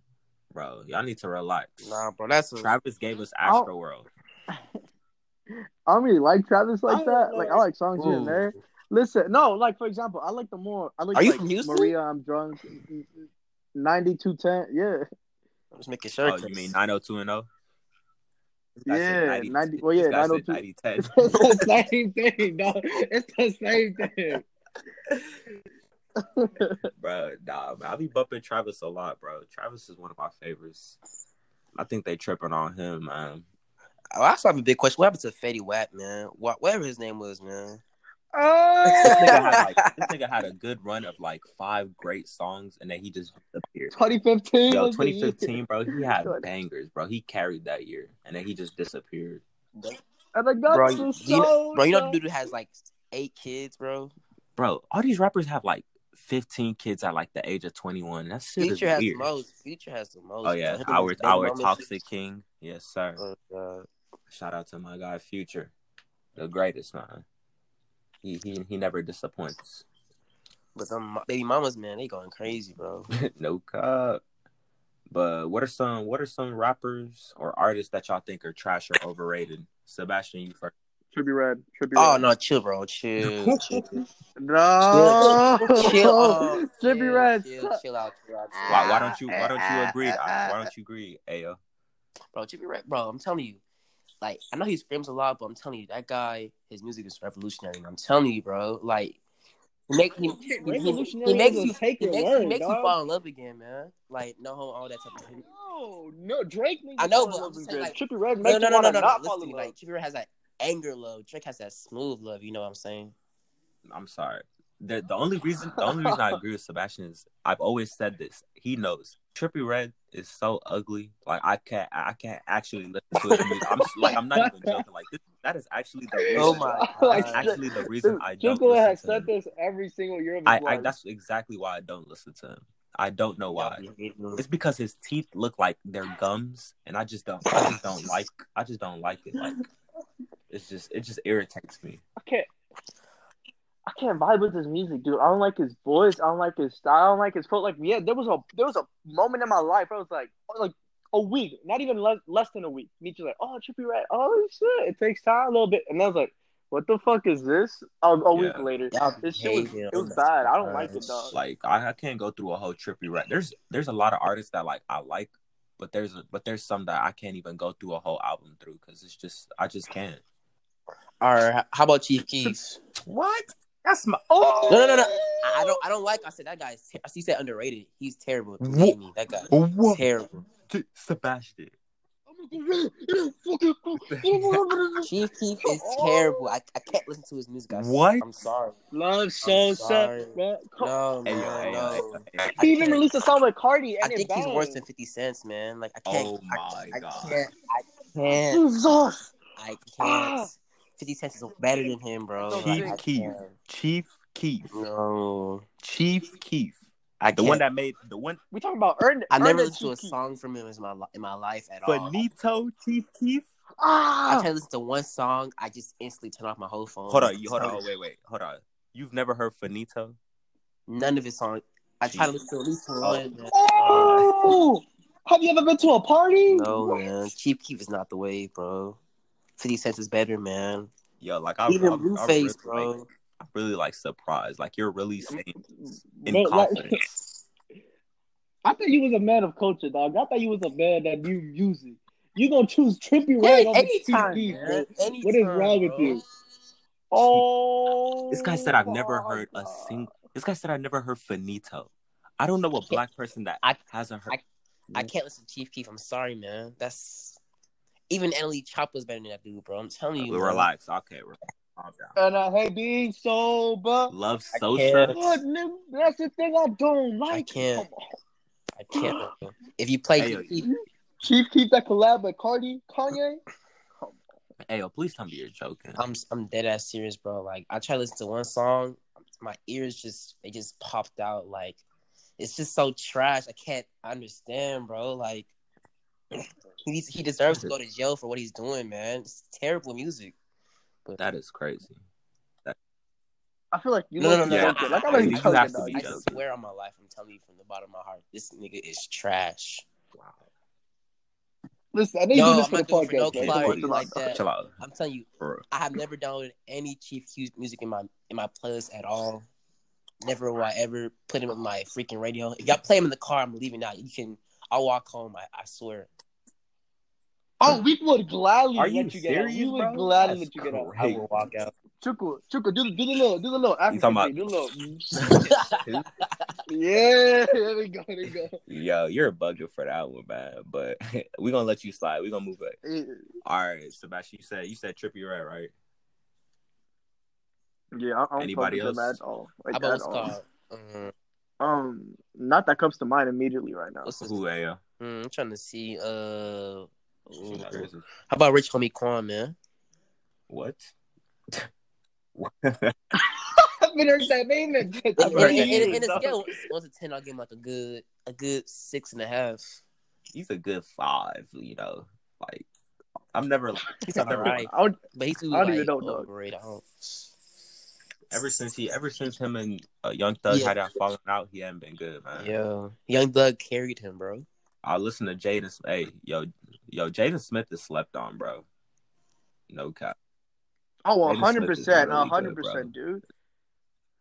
C: Bro, y'all need to relax.
D: Nah, bro. That's a,
C: Travis gave us
E: I'll-
C: Astro World.
E: I don't really like Travis
C: I
E: like that.
C: don't
E: Like
C: know.
E: I like songs here and there. Listen, no, like for example, I like the more I like,
D: Are you
E: like,
D: from Houston?
E: Maria, I'm drunk. Ninety two ten,
C: [LAUGHS]
E: yeah, [LAUGHS]
D: I'm just making sure.
C: Oh, you
D: 'cause-
C: mean 902 and oh? 0?
E: yeah, 90 well, yeah, 902.
C: 9010.
E: [LAUGHS] it's the same thing, dog. It's the same thing.
C: bro, nah, man. I be bumping Travis a lot, bro. Travis is one of my favorites. I think they tripping on him, man.
D: Oh, I also have a big question. What happened to Fetty Wap, man? What, whatever his name was, man.
C: This
E: Oh,
C: [LAUGHS]
E: [LAUGHS]
C: nigga, had, like, this nigga had a good run of like five great songs, and then he just disappeared.
E: 2015.
C: Yo,
E: was the year.
C: 2015, bro, he had
E: Good.
C: bangers, bro. He carried that year, and then he just disappeared.
E: And I got
D: Bro,
E: you
D: you, do you know,
E: so
D: bro, you know
E: done.
D: the dude who has like eight kids, bro.
C: Bro, all these rappers have like 15 kids at like the age of 21. That shit
D: Future
C: is
D: has
C: weird.
D: the most. Future has the most.
C: Oh yeah,
D: bro.
C: our
D: His
C: our
D: moments-
C: toxic king. Yes, sir.
D: Oh, God.
C: Shout out to my guy Future, the greatest man. He he he never disappoints. [LAUGHS]
D: But them mo- baby mamas, man, they going crazy,
E: [LAUGHS]
D: bro.
C: no cup. But what are some what are some rappers or artists that y'all think are trash or overrated? Sebastian, you first.
E: Should be red. Should be
D: Oh
E: red.
D: no, chill,
C: [LAUGHS]
D: bro, chill, chill, chill,
E: No. [LAUGHS]
D: oh,
E: Should be
D: chill,
E: red.
D: chill, chill out, chill out, chill out.
C: Why, why don't you why don't you agree? I- Why don't you agree, Ayo?
D: bro. Chippy Red, bro. I'm telling you, like I know he screams a lot, but I'm telling you, that guy, his music is revolutionary. I'm telling you, bro. Like he make
E: [LAUGHS]
D: he, he- he-
E: Revolutionary
D: he makes
E: is a
D: you
E: take
D: he
E: your
D: makes, he
E: word,
D: makes you
E: dog.
D: fall in love again, man. Like no homo, all that type of thing.
E: No, no, Drake.
D: I know, but I'm saying, like-
E: Trippy Red
D: No,
E: makes
D: no,
E: you
D: no, no,
E: wanna
D: no, no.
E: not fall
D: Listen,
E: in
D: like
E: love.
D: Chippy Red has that anger love. Drake has that smooth love. You know what I'm saying?
C: I'm sorry. The the only reason the only reason I agree with Sebastian is I've always said this. He knows Trippy Red is so ugly. Like I can't I can't actually listen to his music. I'm s- like I'm not even joking. Like this, that is actually the reason.
D: Oh
C: [LAUGHS]
D: my
C: That's
D: god.
C: actually the reason I don't
E: Juco
C: listen
E: has
C: to
E: said
C: him.
E: this every single year of his
C: I, I
E: life.
C: that's exactly why I don't listen to him. I don't know why.
D: Y'all be hating on-
C: It's because his teeth look like they're gums, and I just don't. I just don't like. I just don't like it. Like it's just it just irritates me.
E: I can't. I can't vibe with his music, dude. I don't like his voice. I don't like his style. I don't like his foot. Like, yeah, there was a there was a moment in my life where I was like, oh, like a week, not even less less than a week. Me too, like, oh, Trippy Red. Oh shit, it takes time a little bit. And I was like, what the fuck is this? A, a week
C: Yeah.
E: later,
D: Y'all be
E: this shit was
D: hating
E: it
D: on
E: was
D: that.
E: bad. I don't like it, dog.
C: Uh, Like I, I can't go through a whole trippy rap. There's there's a lot of artists that like I like, but there's a, but there's some that I can't even go through a whole album through because it's just I just can't.
D: All right, how about Chief Keef?
C: What? That's my oh.
D: No, no, no, no. I I don't. I don't like. I said that guy's. Ter- I see. Said underrated. He's terrible. Please
C: What?
D: me. That guy.
C: what
D: Terrible.
C: Sebastian.
E: [LAUGHS]
D: Chief Keef [LAUGHS] is terrible. I, I can't listen to his music. I,
C: What?
D: I'm sorry.
E: Love so
D: sorry.
E: sad, man. Come-
D: No,
C: Hey, yo,
D: man,
C: hey, yo, hey,
D: no.
C: yo, hey.
D: I
E: He even
D: can't-
E: released a song with Cardi, and
D: I
E: it
D: think he's
E: banged.
D: worse than Fifty Cents, man. Like I can't.
C: Oh
D: I,
C: my God.
D: I can't. I can't.
E: Jesus.
C: [GASPS]
D: I
E: Ah.
D: can't. Fifty Cent is better than him, bro.
E: Chief
D: Like, I
C: Keef.
D: can't.
C: Chief Keith.
D: No.
C: Chief Keith.
D: I
C: The one that made the one
E: We talking about earned.
D: I
E: earned
D: never
E: it,
D: listened to a
E: Kiki.
D: song from him in my li- in my life at all.
C: Finito Chief Keith.
D: I
E: Ah,
D: try to listen to one song, I just instantly turn off my whole phone.
C: Hold
D: Like,
C: on, you hold on, oh, wait, wait, hold on. You've never heard Finito?
D: None of his songs. I try to listen to at least one. man.
E: Oh! Have you ever been to a party?
D: No man, Cheap Keep is not the way, bro. Fifty Cent is better, man.
C: Yo, like I,
D: Even
C: I'm, I'm
D: Blueface,
C: really, like,
D: bro.
C: I'm really like surprised. Like you're really saying in
E: Bro,
D: [LAUGHS]
E: like,
C: confidence.
E: [LAUGHS] I thought you was a man of culture, dog. I thought you was a man that knew music. You gonna choose Trippy Red
D: Hey,
E: over
D: anytime,
E: TP, bro?
D: man. anytime,
E: What is wrong with
D: bro.
E: you? Oh,
C: This guy said I've never
D: Oh
E: my
C: heard a
E: God.
C: single. This guy said I've never heard Finito. I don't know a black person that
D: I-
C: hasn't heard.
D: I- I can't listen to Chief Keef. I'm sorry, man. That's even Emily Chopper's better than that dude, bro. I'm telling you. man.
C: relax. Okay, relax. calm down.
E: And I hate being sober.
C: Love
D: I
C: Sosa.
D: can't.
E: What, nigga? That's the thing I don't like.
D: can't.
E: Come on.
D: I can't. man. If you play
C: Hey, yo,
D: Chief Keef,
E: Chief keep that collab with Cardi, Kanye.
C: Hey, yo, please tell me you're joking.
D: I'm I'm dead ass serious, bro. Like I try to listen to one song, my ears just they just popped out. Like it's just so trash. I can't understand, bro. Like [CLEARS THROAT] he needs, he deserves to go to jail for what he's doing, man. It's terrible music.
C: That is crazy.
E: I feel like you
D: No,
E: know
D: no,
E: you
D: no,
C: Yeah,
D: no.
E: joking. Like I'm
C: I-
E: already
C: you
E: joking.
C: have to
E: dog.
C: be
E: You
D: I
C: joking.
E: joking.
D: swear on my life, I'm telling you from the bottom of my heart, this nigga is trash.
C: Wow.
E: Listen, I think
D: Yo,
E: you do this
D: I'm
E: for the
D: not doing it for no
E: podcast. man. Come
D: clarity
E: on, chill out,
D: like
E: dog.
D: that.
C: Chill out,
D: I'm telling you,
C: bro.
D: I have never downloaded any Chief Keef music in my in my playlist at all. Never will I ever put him on my freaking radio. If y'all play him in the car, I'm leaving out. You can. I'll walk home. I, I
E: [LAUGHS]
D: swear.
E: Oh, we would gladly
C: Are
E: let
C: you
E: you get out. We
C: serious,
E: would
C: bro?
E: gladly
C: That's
E: let you get out.
D: I will walk out.
E: Chuku, Chuku, do the do the little, do the little
C: You
E: African
C: talking
E: thing. Do the little. [LAUGHS] yeah, there we go, there we
C: [LAUGHS]
E: go.
C: Yo, you're bugging for that one, man. But [LAUGHS] we're gonna let you slide. We're gonna move it. All right, Sebastian, you said you said Trippy Red, right?
E: Yeah, I, I don't
C: Anybody
E: fuck with them
C: else?
E: at all.
D: How
E: Like,
D: about what's
E: at all.
D: called? Um,
E: Um, not that comes to mind immediately right now.
D: what's his?
C: Who Ayo?
D: Mm, I'm trying to see. Uh,
C: She's
D: how
C: crazy.
D: about Rich Homie Quan, man?
C: What?
E: minutes that name and
D: In, in, in, in a
E: Dog.
D: scale, one to ten, I'll give him like a good, a good six and a half.
C: He's a good five, you know. Like [LAUGHS] I'm never
D: He's
C: I've
D: all
C: never-
D: right,
E: I would-
D: but he's too
E: I don't
D: like,
E: even know, dog.
D: overrated. I don't-
C: ever since he ever since him and uh, Young Thug
D: Yeah.
C: had that falling out, he hadn't been good, man.
D: Yeah, Young Thug carried him, bro.
C: I listen to Jaden. Hey, yo, yo, Jaden Smith is slept on, bro. No cap.
E: Oh,
C: Jaden Smith is
E: 100 percent,
C: really good,
E: hundred
C: bro.
E: percent, dude.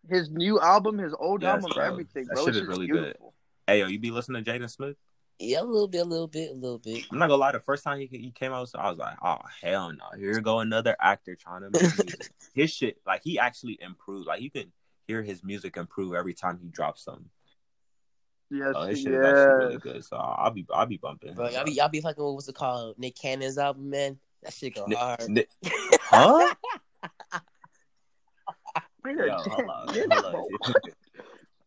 E: His new album, his old
C: Yes,
E: album,
C: bro.
E: everything,
C: That
E: bro.
C: shit
E: It's
C: is
E: just
C: really good.
E: beautiful.
C: Hey, yo, you be listening to Jaden Smith?
D: Yeah, a little bit, a little bit, a little bit.
C: I'm not gonna lie. The first time he he came out, so I was like, oh hell no, here go another actor trying to make
D: [LAUGHS]
C: music. his shit. Like he actually improved. Like you can hear his music improve every time he drops something.
E: Yes,
C: So his Oh, shit is actually really
E: yes.
C: good. So I'll be I'll be bumping. him,
D: Bro, y'all be y'all be fucking with what's it called? Nick Cannon's album, man. That shit go
C: Nick-
D: hard.
C: Nick-
D: [LAUGHS]
C: huh?
E: Nigga,
C: Yo, hold on,
E: [LAUGHS] yeah,
C: hold
E: bro.
C: on.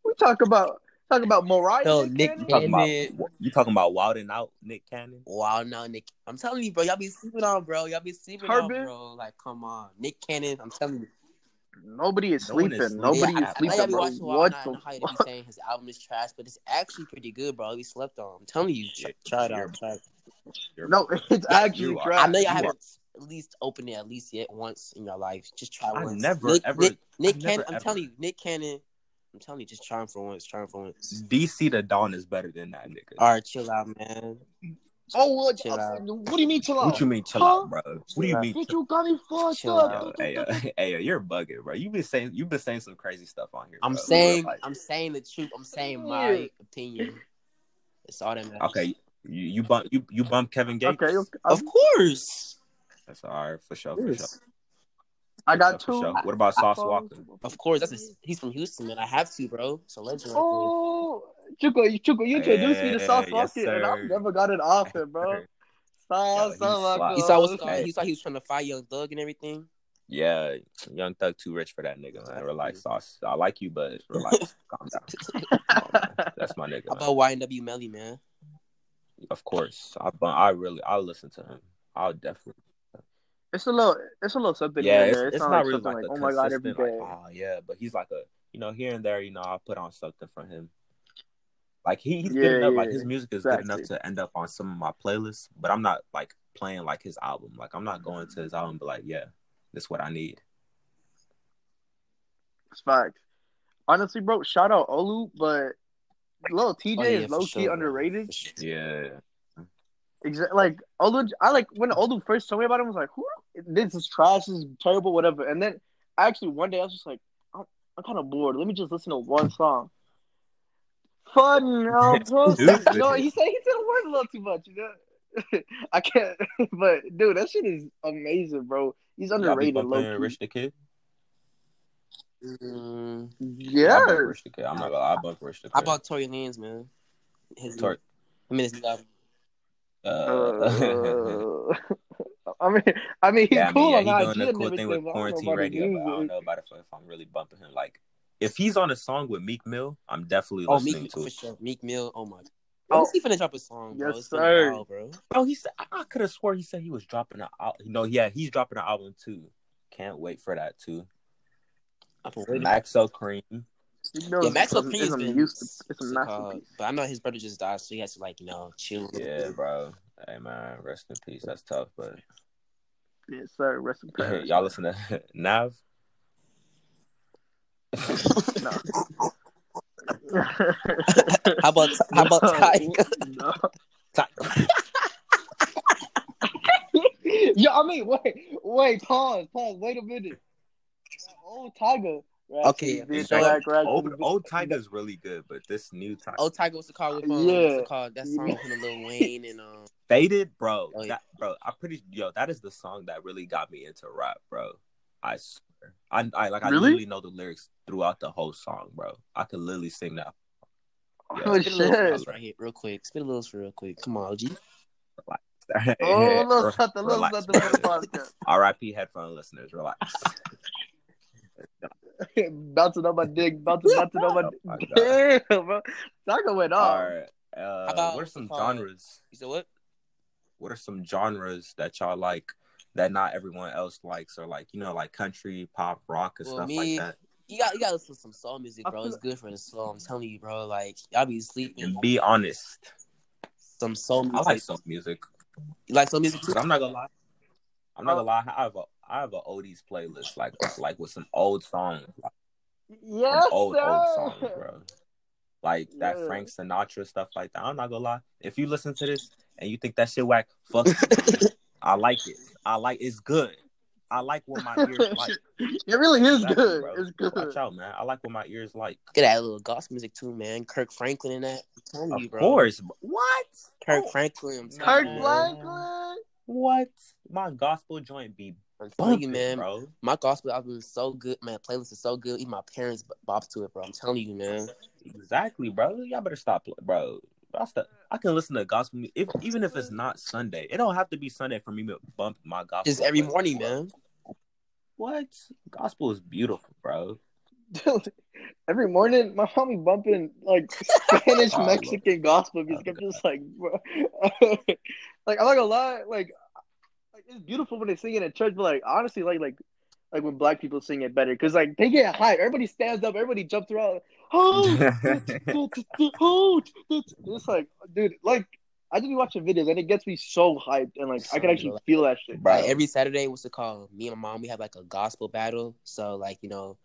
E: We talk about talk about Mariah.
D: No,
E: Nick
D: Nick
E: Cannon?
C: You talking
D: Cannon.
C: about you talking about wilding out Nick Cannon?
D: [LAUGHS] Wow, now Nick, I'm telling you, bro, y'all be sleeping on, bro. Y'all be sleeping on,
E: Turbin?
D: bro. Like, come on, Nick Cannon. I'm telling you.
E: Nobody is
C: No one
E: sleeping.
C: is sleeping.
E: Nobody
D: Yeah,
E: is
D: I- I, know y'all
E: sleeping,
D: be
E: bro.
D: watching Wild
E: what
D: Night. I
E: the
D: know how you be saying his album is trash, but it's actually pretty good, bro. He slept on. I'm telling you, try, try it out. Try it.
C: You're-
E: No, [LAUGHS] it's actually
C: You are.
E: trash.
D: I know
C: You
D: y'all haven't at least opened it at least yet once in your life. Just try
C: I
D: once.
C: never
D: Nick,
C: ever.
D: Nick, Nick
C: I've
D: Cannon.
C: never
D: I'm
C: ever-
D: telling you, Nick Cannon. I'm telling you, just try him for once. Try him for once.
C: DC to Dawn is better than that nigga.
D: All right, chill out, man.
E: Oh, what?
D: Chill out.
E: What do you mean chill out?
C: What you mean, chill
E: Huh?
C: out, bro? What do you
D: Chill
C: mean?
E: Bitch,
C: Chill
E: you got me fucked
D: Chill
E: up.
C: out?
D: out.
C: Yo, hey, uh, yo, [LAUGHS] hey, yo, you're bugging, bro. You've been saying you've been saying some crazy stuff on here.
D: I'm
C: bro.
D: saying,
C: Like,
D: I'm saying the truth. I'm saying
E: Yeah.
D: my opinion. It's all that matters.
C: okay. You you bump you you bump Kevin Gates.
E: Okay, okay. Um, I,
D: Of course.
C: That's all right for sure.
D: Of
C: Oh, For sure.
D: course.
E: I got
C: For
E: two.
C: sure. What about Sauce Walker?
D: Of course. That's a, he's from Houston, man. I have to, bro. It's a legend. right there.
E: Oh, Chuko, you- Chuko, you introduced me to Sauce
C: Hey, yes,
E: Walker, and I've
C: sir.
E: never got an offer,
C: [LAUGHS]
E: bro. Sauce oh
C: he's fly.
E: Walker.
D: He saw what's
C: Hey.
D: he saw he was trying to fire Young Thug and everything.
C: Yeah, Young Thug too rich for that nigga, man. Relax, Sauce. I like you,
E: [LAUGHS]
C: but relax. Calm down. Come on, man. That's my nigga.
D: How
C: man.
D: about YNW Melly, man?
C: Of course, I but I really I listen to him. I'll definitely.
E: It's a little, it's a little something.
C: Yeah,
E: in
C: it's,
E: there.
C: it's not really
E: something
C: like a
E: oh my god, every
C: consistent
E: day.
C: like oh yeah, but he's like a you know here and there you know I put on something from him. Like he, he's
E: Yeah,
C: good enough. Like
E: yeah,
C: his music is good enough
E: exactly.
C: to end up on some of my playlists, but I'm not like playing like his album. Like I'm not going to his album, but like yeah, this what I need.
E: It's fact. Honestly, bro, shout out Olu, but little TJ
D: Oh, yeah,
E: is
D: for
E: low key
D: sure, bro.
E: underrated.
D: For sure.
C: Yeah,
E: Exactly. Like Olu, I like when Olu first told me about him. I was like, "Who? This is trash. This is terrible. Whatever." And then actually one day I was just like, "I'm, I'm kind of bored. Let me just listen to one song." Fun, no, bro.
C: Dude.
E: [LAUGHS] no, he said he said the word a little too much. You know, [LAUGHS] I can't. But dude, that shit is amazing, bro. He's
C: Y'all be
E: underrated,
C: bumping
E: low key.
C: Rich the Kid.
D: Mm,
E: Yeah,
C: I bump Rich the Kid. I'm not gonna. lie, I bump Rich the Kid.
D: how about Tory Lanez, man? His,
C: Tor-
D: I mean, his new album.
C: uh,
E: Uh, [LAUGHS] I mean, I mean, he's
C: yeah, I mean,
E: cool
C: yeah,
E: on
C: he
E: IG
C: doing the
E: and
C: cool thing with
E: everything, but I don't know
C: quarantine
E: about his
C: radio, uh, but I don't
E: music.
C: know about if, if I'm really bumping him. Like, if he's on a song with Meek Mill, I'm definitely
D: Oh,
C: listening
D: Meek
C: to
D: for
C: it.
D: sure. Meek Mill. Oh my.
E: Oh.
D: Oh, When's he finna drop a song, bro?
E: Yes,
D: it's been
E: sir.
D: a while, bro.
C: Oh, he said I- I could have swore he said he was dropping an album. No, yeah, he's dropping an album too. Can't wait for that too.
D: I've been waiting.
C: Maxo Cream.
E: You know,
D: Yeah, Maxwell
E: it's,
D: P has
E: a
D: been.
E: mus- it's a
D: what's it called?
E: masterpiece.
D: But I know his brother just died, so he has to like you know chill.
C: Yeah, bro. Hey man, rest in peace. That's tough,
D: [CLEARS THROAT]
C: but [LAUGHS]
E: Yes, sir. Rest in peace.
C: y'all listen to [LAUGHS] Nav. [LAUGHS]
E: No. [LAUGHS]
D: How about how about Tyga?
E: No. [LAUGHS]
C: Ty-
E: Yo, I mean, wait, wait, pause, pause, wait a minute. Old Tiger.
D: Okay,
E: Ratchet, bitch,
C: so-
E: rack, rack,
C: old
E: bitch.
C: old Tiger's really good, but this new Tiger
D: Oh, Tiger, what's it called? With, um,
E: Yeah.
D: What's it called? That song with him and
E: [LAUGHS]
D: Lil Wayne and um.
C: Faded, bro.
D: Oh, yeah.
C: That bro, I'm pretty yo, that is the song that really got me into rap, bro. I swear. I, I like I
E: Really?
C: literally know the lyrics throughout the whole song, bro. I could literally sing that. [LAUGHS]
E: Oh,
D: Spit a little for
E: shit.
D: us right here, real quick. Spit a little for real quick. Come on, OG.
C: [LAUGHS]
E: Oh, little something, little
C: Relax,
E: something for
C: [LAUGHS]
E: the
C: bro.
E: podcast.
C: R.I.P. headphone listeners, relax.
E: [LAUGHS] bouncing on my dick, bouncing, bouncing on my
C: [LAUGHS] Oh,
E: dick.
C: my
E: Damn, bro. Tiger went off.
C: All right. Uh,
D: about-
C: what are some
D: uh,
C: genres?
D: You said what?
C: What are some genres that y'all like that not everyone else likes, or like you know, like country, pop, rock, and
D: Well,
C: stuff
D: me-
C: like that?
D: you got you got to listen to some soul music,
E: I
D: bro.
E: feel-
D: It's good for the soul. I'm telling you, bro. Like y'all be sleeping.
C: And be honest.
D: Some soul
C: I
D: music.
C: like soul music.
D: You like soul music too? [LAUGHS]
C: But I'm not gonna lie. I'm
E: Oh.
C: not gonna lie. I have a I have a oldies playlist like like with some old songs, like some
E: Yes,
C: old old songs,
E: sir.
C: bro. Like that
E: Yeah.
C: Frank Sinatra stuff like that. I'm not gonna lie. If you listen to this and you think that shit whack, fuck. you. I like it. I like it's good. I like what my
E: [LAUGHS]
C: ears like.
E: [LAUGHS] It really is
C: Exactly,
E: good.
C: bro.
E: It's good.
C: Watch out, man. I like what my ears like.
D: Get that little gospel music too, man. Kirk Franklin in that. I'm telling you,
C: Of
D: bro.
C: course. bro. What?
D: Kirk
C: Oh.
D: Franklin. I'm telling
E: Kirk
D: you,
C: Yeah.
D: bro.
E: Franklin.
C: What? My gospel joint be
D: I'm telling you,
C: bumping,
D: man.
C: bro.
D: My gospel album is so good, man. Playlist is so good. Even my parents b- bop to it, bro. I'm telling you, man.
C: Exactly, bro. Y'all better stop, bro. I, st- I can listen to gospel mu- if even if it's not Sunday. It don't have to be Sunday for me to bump my gospel.
D: Just every
C: playlist,
D: morning,
C: bro.
D: man.
C: What? Gospel is beautiful, bro.
E: Dude, [LAUGHS] every morning, my homie bumping
C: [LAUGHS]
E: like Spanish
C: Oh,
E: Mexican gospel music. I'm just like, bro. [LAUGHS] like I'm not gonna lie, like, like it's beautiful when they sing it in church, but like honestly, like like like when black people sing it better because like they get hype. Everybody stands up. Everybody
C: [LAUGHS]
E: jumps around. Oh, it's Oh, like, dude, like I just be watching videos and it gets me so hyped and like I can actually feel that shit.
C: Bro.
D: Like every Saturday, what's it called? Me and my mom, we have like a gospel battle. So like you know,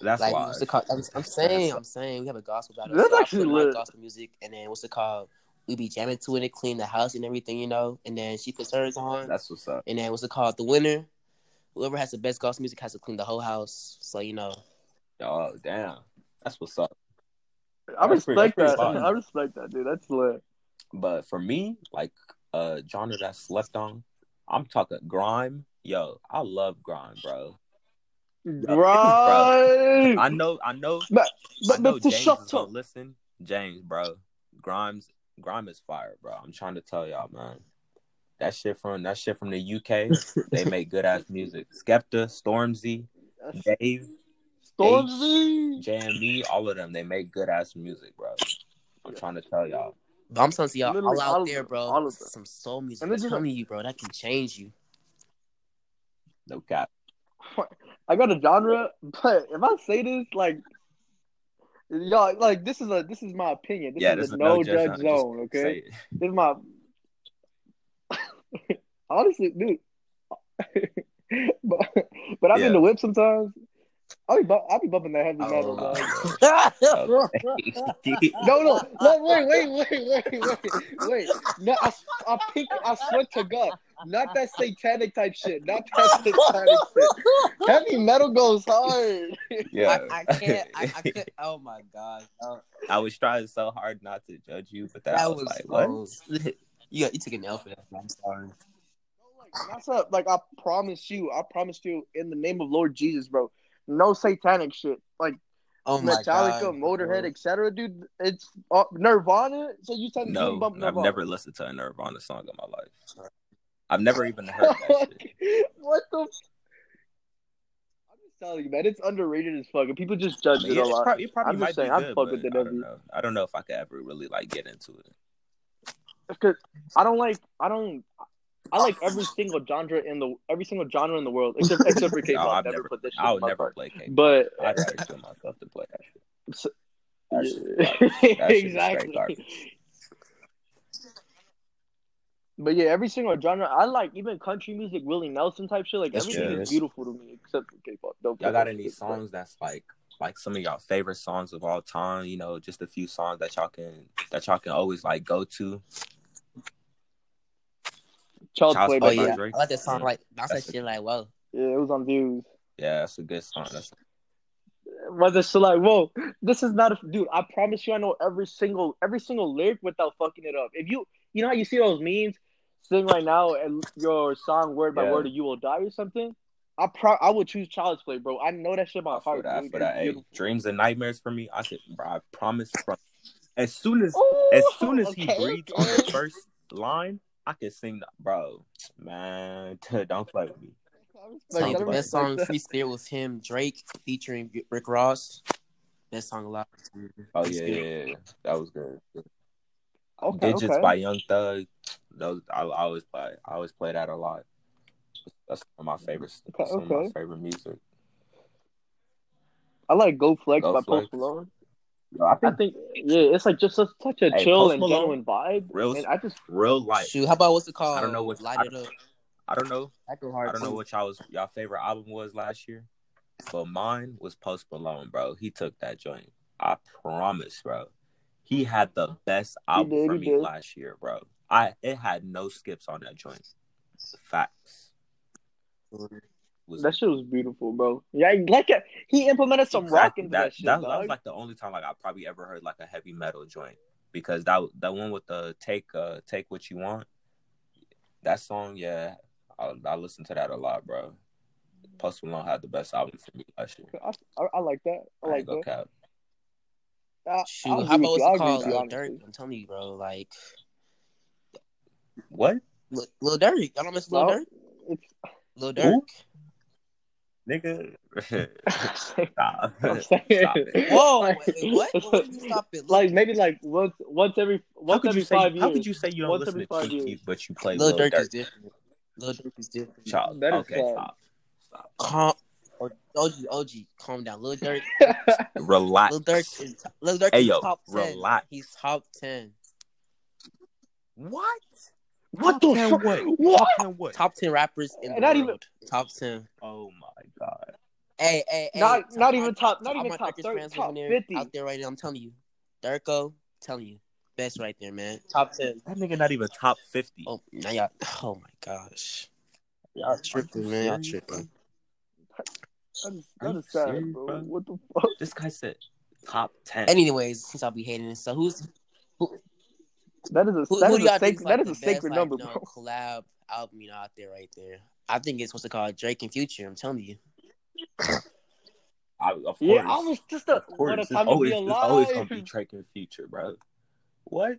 C: That's
D: like
C: why.
D: what's it called? I'm, I'm saying, I'm saying, we have a gospel battle.
E: That's
D: so I
E: actually
D: put my
E: lit.
D: gospel music, and then what's it called? We be jamming to it, and clean the house and everything, you know. And then she puts hers on,
C: That's what's up.
D: and then what's it called? The winner, whoever has the best gospel music, has to clean the whole house. So you know,
C: Oh damn. That's what's up.
E: I
C: That's pretty-
E: respect
C: that's
E: that.
C: pretty fire.
E: I respect that, dude. That's lit.
C: But for me, like uh genre that slept on, I'm talking grime. Yo, I love grime, bro.
E: Right.
C: I know, I know, I
E: But,
C: know.
E: but for
C: James
E: shut
C: is
E: up.
C: gonna listen, James, bro. Grimes, Grime is fire, bro. I'm trying to tell y'all, man. That shit from that shit from the UK.
E: [LAUGHS]
C: they make good ass music. Skepta, Stormzy, Dave,
E: Stormzy.
C: JMB, all of them. They make good ass music, bro. I'm trying to tell y'all.
D: but I'm telling y'all,
E: Literally
D: all
E: all
D: out
E: of
D: there,
E: them,
D: bro,
E: all of them.
D: some soul music.
E: And
D: I'm
E: it's just-
D: telling you, bro, that can change you.
C: No cap.
E: I got a genre, but if I say this, like, y'all, like this is a this is my opinion. This
C: yeah,
E: is
C: this
E: a no, judge
C: just
E: zone. Okay,
C: say it.
E: this is my. Honestly, dude, but but I'm
C: Yeah.
E: in the whip sometimes. I'll be bu- I'll be bumping that heavy metal.
D: Oh.
E: dog.
C: [LAUGHS] Okay.
E: No, no, no, wait, wait, wait, wait, wait, wait. No, I, I, pink, I swear to God, not that satanic type shit, not that satanic shit. Heavy metal goes hard.
C: yeah.
D: I, I can't. I,
C: [LAUGHS]
D: I could. Oh my god, bro.
C: I was trying so hard not to judge you, but then
D: that
C: I
D: was,
C: was, like, what?
D: close. [LAUGHS] you got- you took an L for that. bro. I'm sorry.
E: That's up. Like I promise you, I promise you, in the name of Lord Jesus, bro, no satanic shit. Like
D: Oh my
E: Metallica,
D: god,
E: Motorhead, etc. Dude, it's uh, Nirvana. So you tell me you
C: No,
E: bump
C: I've
E: Nirvana?
C: never listened to a Nirvana song in my life. I've never even heard
E: [LAUGHS]
C: that shit.
E: what the? F- I'm just telling you, man. It's underrated as fuck, and people just
C: I
E: judge
C: mean,
E: it a
C: it's
E: lot.
C: prob- it probably
E: I'm just
C: might
E: saying,
C: be
E: I
C: good,
E: fuck
C: but
E: with it
C: I
E: every-
C: don't know. I don't know if I could ever really like get into it.
E: Because I don't like, I don't, I like every single genre in the every single genre in the world except
C: [LAUGHS]
E: except for K-pop.
C: I've
E: never,
C: never-
E: put this shit
C: I
E: in
C: would
E: my
C: never
E: part.
C: play K.
E: But
C: I'd rather kill myself than play that shit. That [LAUGHS] shit- that shit is straight
E: exactly.
C: garbage.
E: But yeah, every single genre. I like even country music, Willie Nelson type shit. Like
D: That's
E: everything
C: true.
E: is beautiful to me except for K-pop. Don't play
C: Y'all got
E: that
C: any
E: shit, bro.
C: songs that's like like some of y'all favorite songs of all time? You know, just a few songs that y'all can that y'all can always like go to.
E: Child's,
C: Child's
E: Play.
C: Play
D: Oh
E: by
C: by
D: yeah,
E: Drake.
C: Drake.
D: I like that song.
C: Yeah.
D: Like bounce that
C: That's it.
D: shit. Like whoa.
E: Yeah, it was on views.
C: Yeah, that's a good song. That's
E: Mother so like, whoa, this is not a dude. I promise you, I know every single every single lyric without fucking it up. If you you know how you see those memes, sing right now and your song word by
C: Yeah.
E: word, or you will die or something. I pro I would choose Child's Play, bro. I know that shit by
C: I feel
E: heart.
C: that. I
E: dude.
C: feel that.
E: It's
C: Hey,
E: beautiful.
C: dreams and nightmares for me. I could, bro, I promise. From as soon as
E: Ooh,
C: as soon as he
E: Oh, okay,
C: breathes
E: okay.
C: on the first line, I can sing. The, bro, man, [LAUGHS] don't play with me.
E: Like,
D: Tell you
E: that
D: the
E: was-
D: best song,
E: like,
D: Free Spirit, with him, Drake featuring Rick Ross. Best song alive.
C: Oh
D: Free
C: yeah,
D: Spirit.
C: yeah, yeah. that was good.
E: Okay,
C: Digits
E: okay.
C: by Young Thug. Those I, I always play. I always play that a lot. That's one of my favorites.
E: Okay,
C: some of
E: okay.
C: my favorite music.
E: I like Go Flex
C: Go
E: by
C: Flex.
E: Post Malone.
C: Yo, I
E: I
C: think
E: think yeah, it's like just such such a
C: Hey,
E: chill
C: Post
E: and
C: Malone,
E: genuine vibe.
C: real-
E: and I just
C: real life.
D: Shoot, how about what's it called?
C: I don't know what-
D: light
C: I-
D: it up.
C: I don't know.
D: I go
C: I
D: hard.
C: don't know
D: too.
C: what y'all was y'all favorite album was last year, but mine was Post Malone, bro. He took that joint. I promise, bro. He had the best album
E: did,
C: for
E: he
C: me
E: did.
C: last year, bro. I it had no skips on that joint. Facts. Was-
E: that shit was beautiful, bro. Yeah, like he implemented some rock
C: Exactly.
E: into
C: that,
E: that, shit,
C: that, that
E: dog.
C: was like the only time like I probably ever heard like a heavy metal joint because that that one with the take uh take what you want that song yeah I, I listened to that a lot bro. Post Malone had the best album for me last year.
E: I, I, I like that. I
C: I
E: like
C: ain't gonna cap.
E: that. I,
D: Shoot,
E: I'll
D: how
E: agree
D: about
E: with
D: what's
E: you. I'll
D: it
E: agree with
D: called?
E: you,
D: Lil
E: honestly.
D: Durk. I'm telling you, bro. Like
C: What
D: Lil, Lil Durk. I don't miss Lil
E: No,
D: Durk. Lil Durk.
C: Who? nigga? [LAUGHS]
E: it's-
C: Stop.
E: [LAUGHS] I'm
C: Stop
E: saying.
C: it.
D: Whoa!
E: Like-
D: wait, what? Where
E: [LAUGHS]
D: did you stop it? Lil,
E: Like maybe like once once every
C: How
E: once
C: could
E: every
C: you say?
E: five years.
C: How could you say you don't
E: Once
C: listen
E: every
C: to
E: five
C: Chief
E: years.
C: Keef, but you play
D: Lil
C: Lil,
D: Durk,
C: Durk?
D: is different. Lil Durk is different.
C: Child.
E: That is
C: Okay,
E: sad.
C: stop. Stop.
D: Calm. OG, OG, calm down. Lil Durk.
E: [LAUGHS]
C: Relax.
D: Lil Durk is Lil Durk
C: Hey,
D: is
C: yo,
D: top ten.
C: relax.
D: He's top ten.
C: What?
E: What
C: Top
E: the
C: 10
E: fuck?
C: what?
E: What?
C: Top 10 what?
D: Top ten rappers in the
E: Not even-
D: world. Top ten.
C: Oh my god.
D: Hey, hey, hey.
E: Not-
D: to all
E: not even
D: my-
E: top-
D: to
E: not
D: all
E: even
D: my
E: top
D: Durkers
E: 30,
D: fans living
E: top
D: there-
E: 50.
D: out there right now. I'm telling you, Durko, telling you, best right there, man. Top ten.
C: That nigga not even top 50.
D: Oh, now y'all. Oh my gosh, y'all tripping, man. Y'all
C: serious,
D: tripping.
E: That is,
C: Are
E: that
C: you
E: is sad,
C: serious,
E: bro.
C: bro?
E: What the fuck? [LAUGHS]
C: This guy said top 10.
D: Anyways, since I'll be hating it, so who's
E: That is a
D: who,
E: that
D: who
E: is
D: do
E: a
D: y'all think
E: sacred
D: is like
E: that is
D: the
E: a
D: best
E: sacred
D: like
E: number,
D: you know,
E: bro.
D: collab album you know out there right there? I think it's what's it called Drake and Future. I'm telling you,
C: I, of
E: Yeah,
C: course.
E: I was just a
C: of
E: what
C: course.
E: a
C: It's
E: time to be
C: always, it's always
E: alive.
C: going
E: [LAUGHS]
C: to be Drake and Future, bro. What?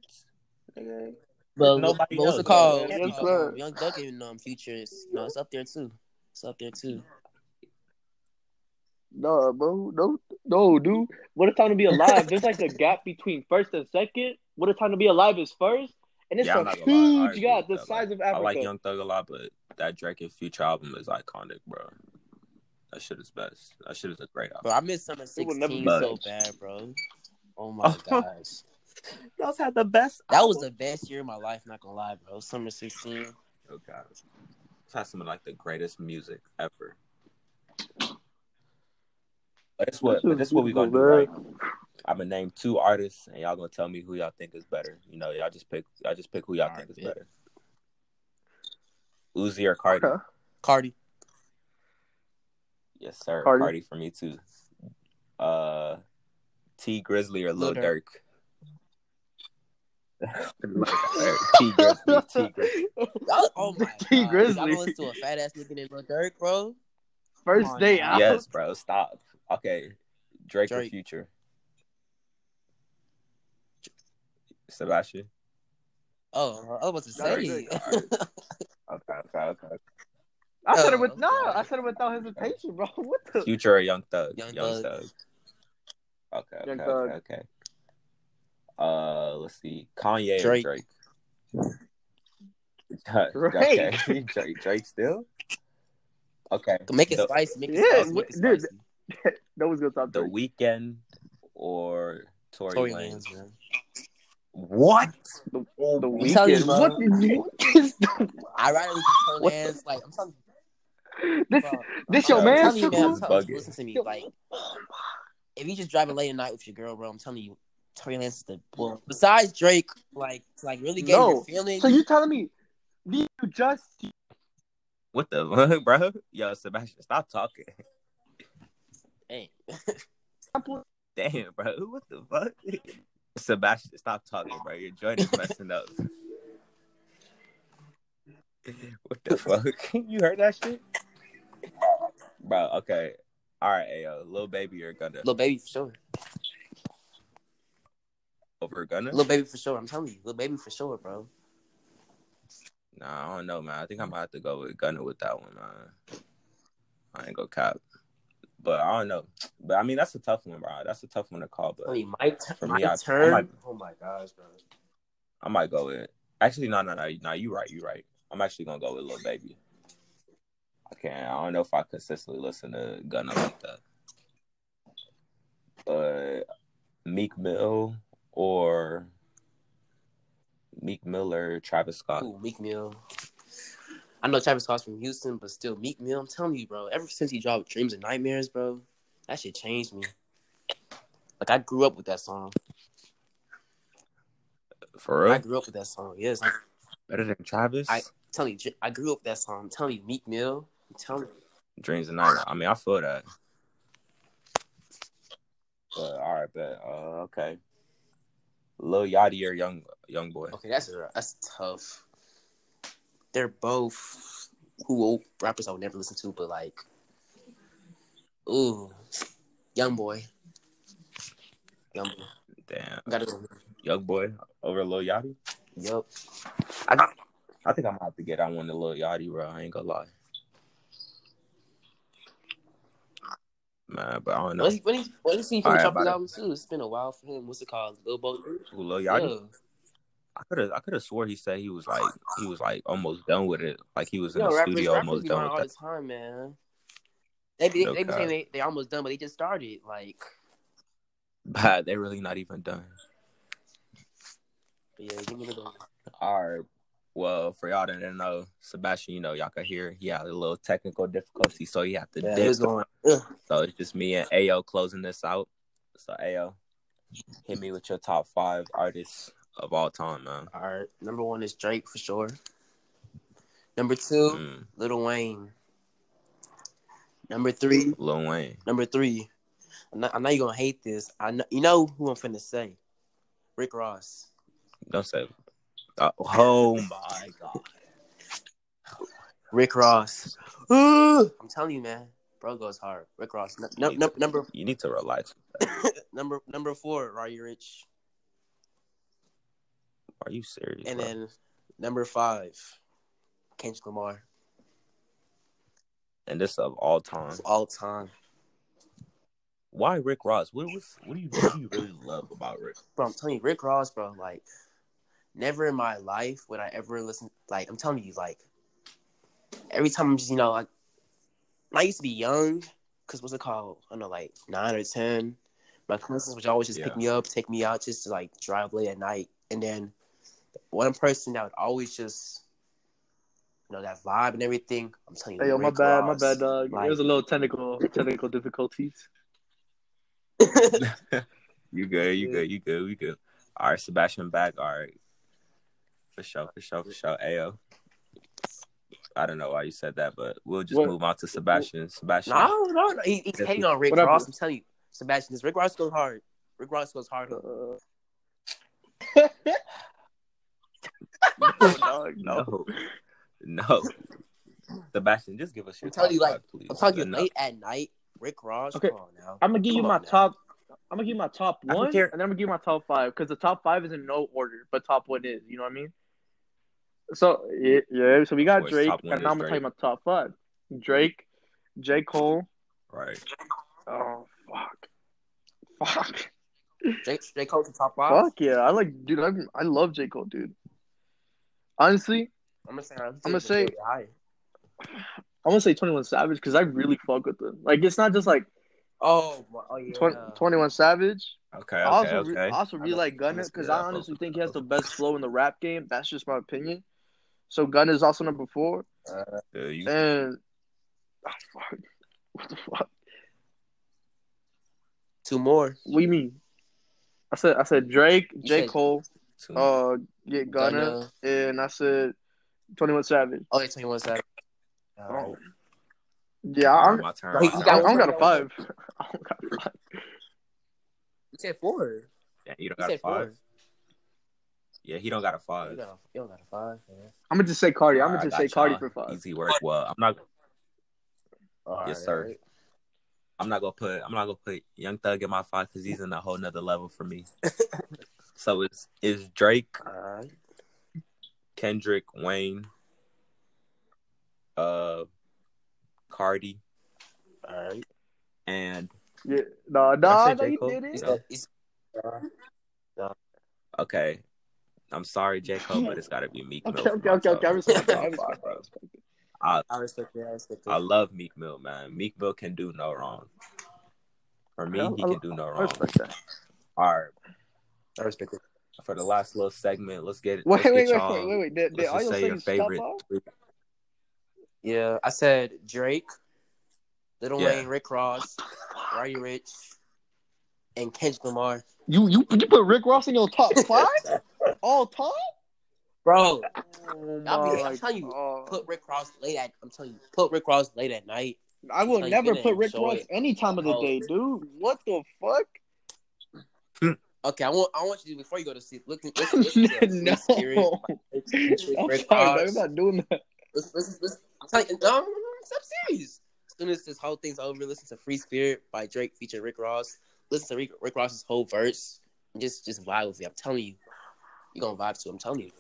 C: Nigga,
D: but,
C: nobody
D: but what's
C: knows,
D: it
C: bro.
D: called?
C: It
E: Yes,
C: can't be
D: You
E: sir.
C: Drake.
D: know, um, Young Thug and um, Future is you know it's up there too. It's up there too.
E: Nah, bro, no, no, dude. What a time to be alive.
C: [LAUGHS]
E: There's like a gap between first and second. What a time to be alive is first, and it's
C: Yeah, I'm
E: a
C: not gonna lie. I
E: huge
C: agree
E: gap, the
C: with that. Like,
E: size of
C: I
E: Africa.
C: like Young Thug a lot, but that Drake and Future album is iconic, bro. That shit is best. That shit is a great album.
D: Bro, I miss summer
E: It will never
D: sixteen
E: be
D: so
E: touched.
D: bad, bro.
C: [LAUGHS]
D: Oh my gosh,
C: Y'all had the best.
D: that was the best year of my life. Not gonna lie, bro. Summer sixteen.
C: Oh god, it's had some of like the greatest music ever. But that's what.
E: That shit
C: But
E: was
C: that's what we gonna do,
E: beautiful,
C: right? I'm gonna name two artists, and y'all gonna tell me who y'all think is better. You know, y'all just pick. Y'all just pick who y'all
D: All
C: think
D: right,
C: is
D: bet.
C: better. Uzi or Cardi?
E: Okay.
D: Cardi.
C: Yes, sir.
E: Cardi.
C: Cardi. for me too. Uh, T Grizzly or Lil
D: Lil Durk.
C: Durk? T Grizzly. T Grizzly.
E: [LAUGHS]
D: [LAUGHS] Y'all, oh my
E: T
D: god,
E: Grizzly.
D: y'all gonna listen to a fat ass nigga named Lil Durk, bro?
E: First
D: on
E: day
D: now.
E: out.
C: Yes, bro. Stop. Okay, Drake, or
D: Drake.
C: Future? Sebastian.
D: Oh, I was about to say. [LAUGHS]
E: Drake.
C: Okay, okay, okay.
E: [LAUGHS] I said it
D: Oh,
E: with no.
D: okay.
E: I said it without hesitation, bro. [LAUGHS] What the?
C: Future or Young Thug?
D: Young Thug.
C: Okay, okay,
E: Young Thug.
C: okay, okay. Uh, let's see. Kanye
D: Drake.
C: or Drake?
E: Drake.
C: [LAUGHS] Okay, [LAUGHS] Drake. Drake still. Okay.
D: Make it
C: the,
D: spicy. Make it
E: Yeah,
D: spicy. Make it
E: dude,
D: spicy.
E: No one's gonna stop
C: the
E: Drake.
C: Weekend or Tory,
D: Tory
C: Lanez?
D: Lanez, man.
C: What?
E: The-
C: Oh,
E: The
D: I'm telling you,
E: weekend.
D: bro.
E: What is
D: [LAUGHS]
E: what is
D: I rather listen to Tory
E: What the-
D: Lanez. Like I'm telling you,
E: this?
D: bro.
E: This
C: Yo,
E: your
D: I'm
E: man,
D: telling you, man.
E: Triple?
D: I'm telling
C: Bugging.
D: you. Listen to me. Like if you just driving late at night with your girl, bro, I'm telling you, Tory Lanez is the boy. Besides Drake, like to, like really get
E: No.
D: your feelings.
E: So you telling me you just
C: What the [LAUGHS] bro? Yo, Sebastian, stop talking.
D: Hey,
C: Damn, bro. [LAUGHS] What the fuck? Sebastian, stop talking, bro. Your joint is messing up. what the fuck? [LAUGHS] you heard that shit? Bro, okay. All right, yo. Little baby or Gunna?
D: little baby for sure.
C: Over Gunna?
D: Little baby for sure. I'm telling you, little baby for sure, bro.
C: Nah, I don't know, man. I think I'm gonna have to go with Gunna with that one, man. I ain't gonna cap. But I don't know. But I mean, that's a tough one, bro. That's a tough one to call.
D: I
C: But
D: mean, my, t-
C: For
D: my
C: me, I- I
D: turn.
C: might-
D: oh my gosh, bro.
C: I might go with. Actually, no, no, no, no. You right, you right. I'm actually gonna go with Lil Baby. I can't. I don't know if I consistently listen to Gunna like that. Meek Mill or Meek Miller, Travis Scott.
D: Ooh, Meek Mill. I know Travis Scott's from Houston, but still Meek Mill. I'm telling you, bro. Ever since he dropped Dreams and Nightmares, bro, that shit changed me. Like I grew up with that song.
C: For
D: I
C: real,
D: grew up with that song. Yes, I'm
C: better than Travis.
D: telling you, Dr- I grew up with that song. I'm telling you, Meek Mill. I'm telling you.
C: Dreams and Nightmares. I mean, I feel that. But all right, but uh, okay. Lil Yachty or Young Young Boy.
D: Okay, that's that's tough. They're both cool rappers I would never listen to, but like, ooh, Young Boy, Young Boy,
C: Damn,
D: gotta go.
C: Young Boy over Lil Yachty.
D: Yup.
C: I think I'm gonna have to get out one to Lil Yachty, bro. I ain't gonna lie. Man, but I don't know.
D: When, he- when, he- when is he
C: All
D: finna
C: right,
D: drop his
C: about it.
D: album too? It's been a while for him. What's it called? Lil Bo.
C: Who, Lil
D: Yeah.
C: Yachty? I could have I could have swore he said he was like he was like almost done with it. Like he was in
D: Yo,
C: the
D: rappers,
C: studio
D: rappers
C: almost
D: be
C: done
D: lying all
C: with
D: the
C: that.
D: time, man. They be,
C: No
D: they be
C: cap.
D: saying they, they almost done, but they just started. Like,
C: [LAUGHS] But they really not even done.
D: but yeah, give me the ball.
C: All right. Well, for y'all that didn't know, Sebastian, you know, y'all could hear he had a little technical difficulty, so he had to
D: Yeah, it
C: dip.
D: was going. Ugh.
C: So it's just me and Ao closing this out. So Ao, hit me with your top five artists of all time, man.
D: All right, number one is Drake for sure. Number two,
C: Mm,
D: Little Wayne. Number three,
C: Lil Wayne.
D: number three. I know, I know you're gonna hate this. I know you know who I'm finna say. Rick Ross.
C: Don't say. Uh, oh my god.
D: Rick Ross. Ooh, I'm telling you, man. Bro goes hard. Rick Ross. Num- num- num- number
C: You need to relax.
D: number number four, Roddy Rich.
C: Are you serious?
D: And
C: bro?
D: then number five, Kendrick Lamar.
C: and this of all time.
D: Of all time.
C: Why Rick Ross? What was what do you what do you really love about Rick?
D: Bro, I'm telling you, Rick Ross, bro, like never in my life would I ever listen like I'm telling you, like every time I'm just, you know, like I used to be young, cause what's it called? I don't know, like nine or ten. My cousins would always just
C: Yeah.
D: pick me up, take me out, just to like drive late at night. And then one person that would always just, you know, that vibe and everything. I'm telling you,
E: Hey, yo, my
D: Rick
E: bad, my
D: Ross,
E: bad, dog.
D: like-
E: It was a little technical technical difficulties.
C: You good, you good, you good, we good. All right, Sebastian back. All right. For sure, for sure, for sure. Ayo. I don't know why you said that, but we'll just
E: What-
C: move on to Sebastian. Sebastian.
D: no, no, no. He, he's
C: That's
D: hating on Rick
E: what I-
D: Ross. I'm telling you, Sebastian, this Rick Ross goes hard. Rick Ross goes hard.
E: [LAUGHS] Uh,
C: No, no, no. No. Sebastian, just give us your
D: I'm telling
C: top
D: you, like,
C: five, please.
D: I'm telling you,
C: Enough.
D: late at night, Rick Ross.
E: Okay.
D: Come on now.
E: I'm gonna give you
D: Come
E: my
D: on now.
E: top. I'm gonna give you my top
C: don't
E: one,
C: care.
E: and then I'm gonna give you my top five because the top five is in no order, but top one is. You know what I mean? So yeah, yeah so we got
C: course,
E: Drake,
C: top one
E: and now
C: is
E: I'm gonna tell you
C: Drake.
E: my top five: Drake, J. Cole.
C: Right.
E: Oh fuck, fuck,
D: J, J. Cole's the top five.
E: fuck yeah! I like, dude. I'm, I love J. Cole, dude. Honestly,
D: I'm gonna say. I'm
E: gonna say-
D: high.
E: I want to say Twenty One Savage because I really fuck with them. Like, it's not just like
D: Oh, my- oh yeah.
E: Twenty One Savage.
C: Okay,
E: I
C: okay,
E: also, re-
C: okay.
E: I also really like Gunna
C: Let's do
E: because
C: that.
E: I honestly think he has the best flow in the rap game. That's just my opinion. So Gunna is also number four,
C: Yeah, you
D: Oh,
E: and Ah, fuck. what the fuck?
D: Two more.
E: What do you mean? I said I said Drake,
D: You
E: J
D: said-
E: Cole,
C: too.
E: uh, yeah, Gunna,
D: Gunna.
E: and I said Twenty One Savage.
D: Oh, yeah, 21 Savage. Uh,
E: Yeah,
C: All
E: I,
C: right, my turn.
D: He
E: I,
C: my
E: I,
D: got
C: turn.
E: don't got
D: one.
E: a five. [LAUGHS] I don't got a five.
D: you said four.
C: Yeah, you don't
D: You
C: got a
D: said
C: five.
D: four.
C: Yeah, he don't got a
D: You
C: five.
D: don't, you don't got a five. Man.
E: I'm gonna just say Cardi.
C: All
E: I'm gonna
C: right,
E: just
C: I
E: say
C: got
E: Cardi
C: y'all.
E: for five.
C: Easy work. Well, I'm not.
D: All
C: Yes, sir.
D: right.
C: I'm not gonna put. I'm not gonna put Young Thug in my five because he's in a whole nother level for
D: [LAUGHS]
C: me. so it's it's Drake,
D: All right.
C: Kendrick, Wayne, uh, Cardi,
D: All right.
C: and
E: Yeah, no,
C: Did I say
E: no, no,
C: J.
E: you
C: Cole?
E: did it.
C: No.
D: It's- uh,
C: okay. I'm sorry, J Cole, but it's gotta be Meek Mill.
E: Okay,
C: for
E: okay,
C: my
E: okay,
C: top-
E: okay.
C: for
E: I
C: my
E: respect that. I
C: top five,
E: respect
C: bro.
E: that.
C: I
D: I respect that. I respect
C: I
D: that.
C: love Meek Mill, man. Meek Mill can do no wrong. For me,
E: I-
C: he
E: I-
C: can do no
E: I
C: wrong.
E: respect that.
C: All right,
D: I respect it.
C: for the last little segment, let's get it. let's
E: Wait,
C: get
E: wait, wait,
C: y'all-
E: wait, wait, wait. Did, did
C: Let's
E: all
C: just
E: your
C: say your
E: segments
C: favorite.
E: stop off?
D: Yeah, I said Drake, Little
C: Yeah.
D: Wayne, Rick Ross, Roddy Rich, and Kendrick Lamar.
E: You, you, you put Rick Ross in your top five all time?
D: Bro,
E: Oh
D: I'll be- I'll tell you,
E: God.
D: put Rick Ross late at. I'm telling you, put Rick Ross late at night.
E: I will
D: Like, you
E: never
D: didn't
E: put Rick
D: enjoy
E: Ross
D: it.
E: any time of the
D: Oh.
E: day, dude. What the fuck?
D: Okay, I want I want you to before you go to sleep. Look, listen, [LAUGHS] listen
E: [LAUGHS]
D: to
E: no.
D: Free Spirit.
E: I'm sorry,
D: Rick
E: dog. I'm
D: Ross.
E: not doing that.
D: Listen, listen, listen. I'm telling you, no, no, no, no, I'm serious. As soon as this whole thing's over, listen to "Free Spirit" by Drake featuring Rick Ross. Listen to Rick, Rick Ross's whole verse. And Just, just vibe with it. I'm telling you, you're gonna vibe to. it. I'm telling you.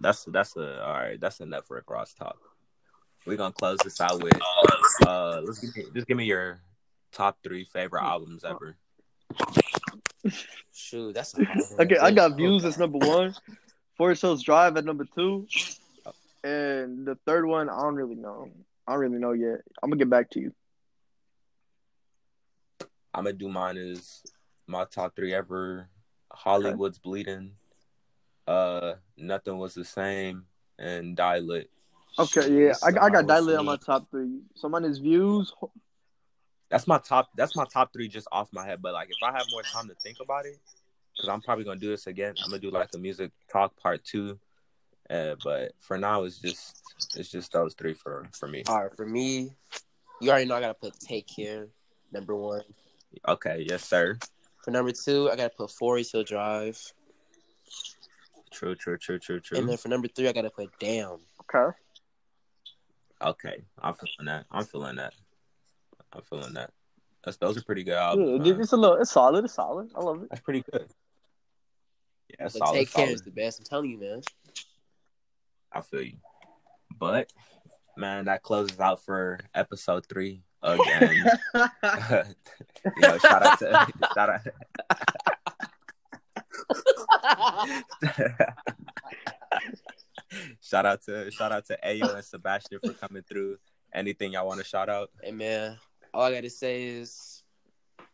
C: That's that's a all right. That's enough for a cross talk. We're gonna close this out with uh, let's give me, just give me your top three
E: Oh,
C: favorite albums ever.
D: Shoot, that's a hard one
E: Okay, I
D: too.
E: got views
D: Okay.
E: as number one, Forest Hills Drive at number two, and the third one I don't really know. I don't really know yet. I'm gonna get back to you.
C: I'm gonna do mine is my top three ever. Hollywood's bleeding. Uh, nothing was the same, and Die Lit.
E: Okay,
D: Shoot,
E: yeah,
D: that's
E: I, I
D: hard
E: got
D: one for
E: dilated on
D: me.
E: my top three. So mine is views.
C: That's my top. That's my top three just off my head. But like, if I have more time to think about it, because I'm probably gonna do this again. I'm gonna do like a music talk part two. Uh, but for now, it's just it's just those three for for me.
D: All right, for me, you already know I gotta put "Take Care" number one.
C: Okay, yes, sir.
D: For number two, I gotta put Forest Hill Drive.
C: True, true, true, true,
D: And
C: true.
D: then for number three, I gotta put Damn.
E: Okay,
C: Okay, I'm feeling that. I'm feeling that. I'm feeling that. That's those are pretty good
E: yeah,
C: albums.
E: it-
C: man.
E: it's a little, it's solid, it's solid. I love it.
C: That's pretty good. Yeah, that's
D: But
C: solid.
D: Take Care
C: solid.
D: is the best. I'm telling you, man.
C: I feel you. But man, that closes out for episode three again. [LAUGHS]
E: [LAUGHS]
C: you know, shout out to [LAUGHS] shout out. shout out to shout out to Ayo and Sebastian for coming through. Anything y'all want to shout out?
D: Hey man, all I gotta say is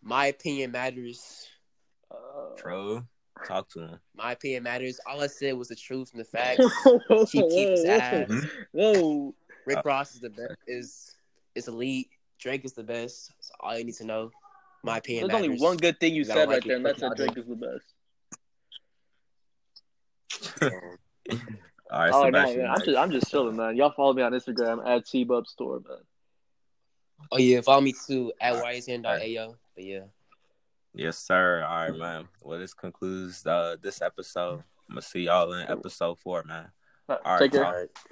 D: my opinion matters.
E: Uh,
C: True. Talk to him.
D: My opinion matters. All I said was the truth and the
E: [LAUGHS]
D: facts. She keeps ass.
E: Whoa.
D: Rick Ross is the best. Is is elite. Drake is the best. That's all you need to know. My opinion
E: There's only
D: matters.
E: one good thing you
D: You gotta
E: said right
D: like it.
E: there, and that's that Drake is the best.
C: All right,
E: Oh no,
C: Sebastian.
E: man, I'm
C: next.
E: just, I'm just chilling, man. Y'all follow me on Instagram at Cbub Store, man.
D: Oh yeah, follow me too at ysn.ayo. But yeah,
C: Yes, sir. All right, man. Well, this concludes uh, this episode. I'm gonna see y'all in episode four, man.
E: All right,
C: All right,
E: Take care.
C: y'all.
D: all right.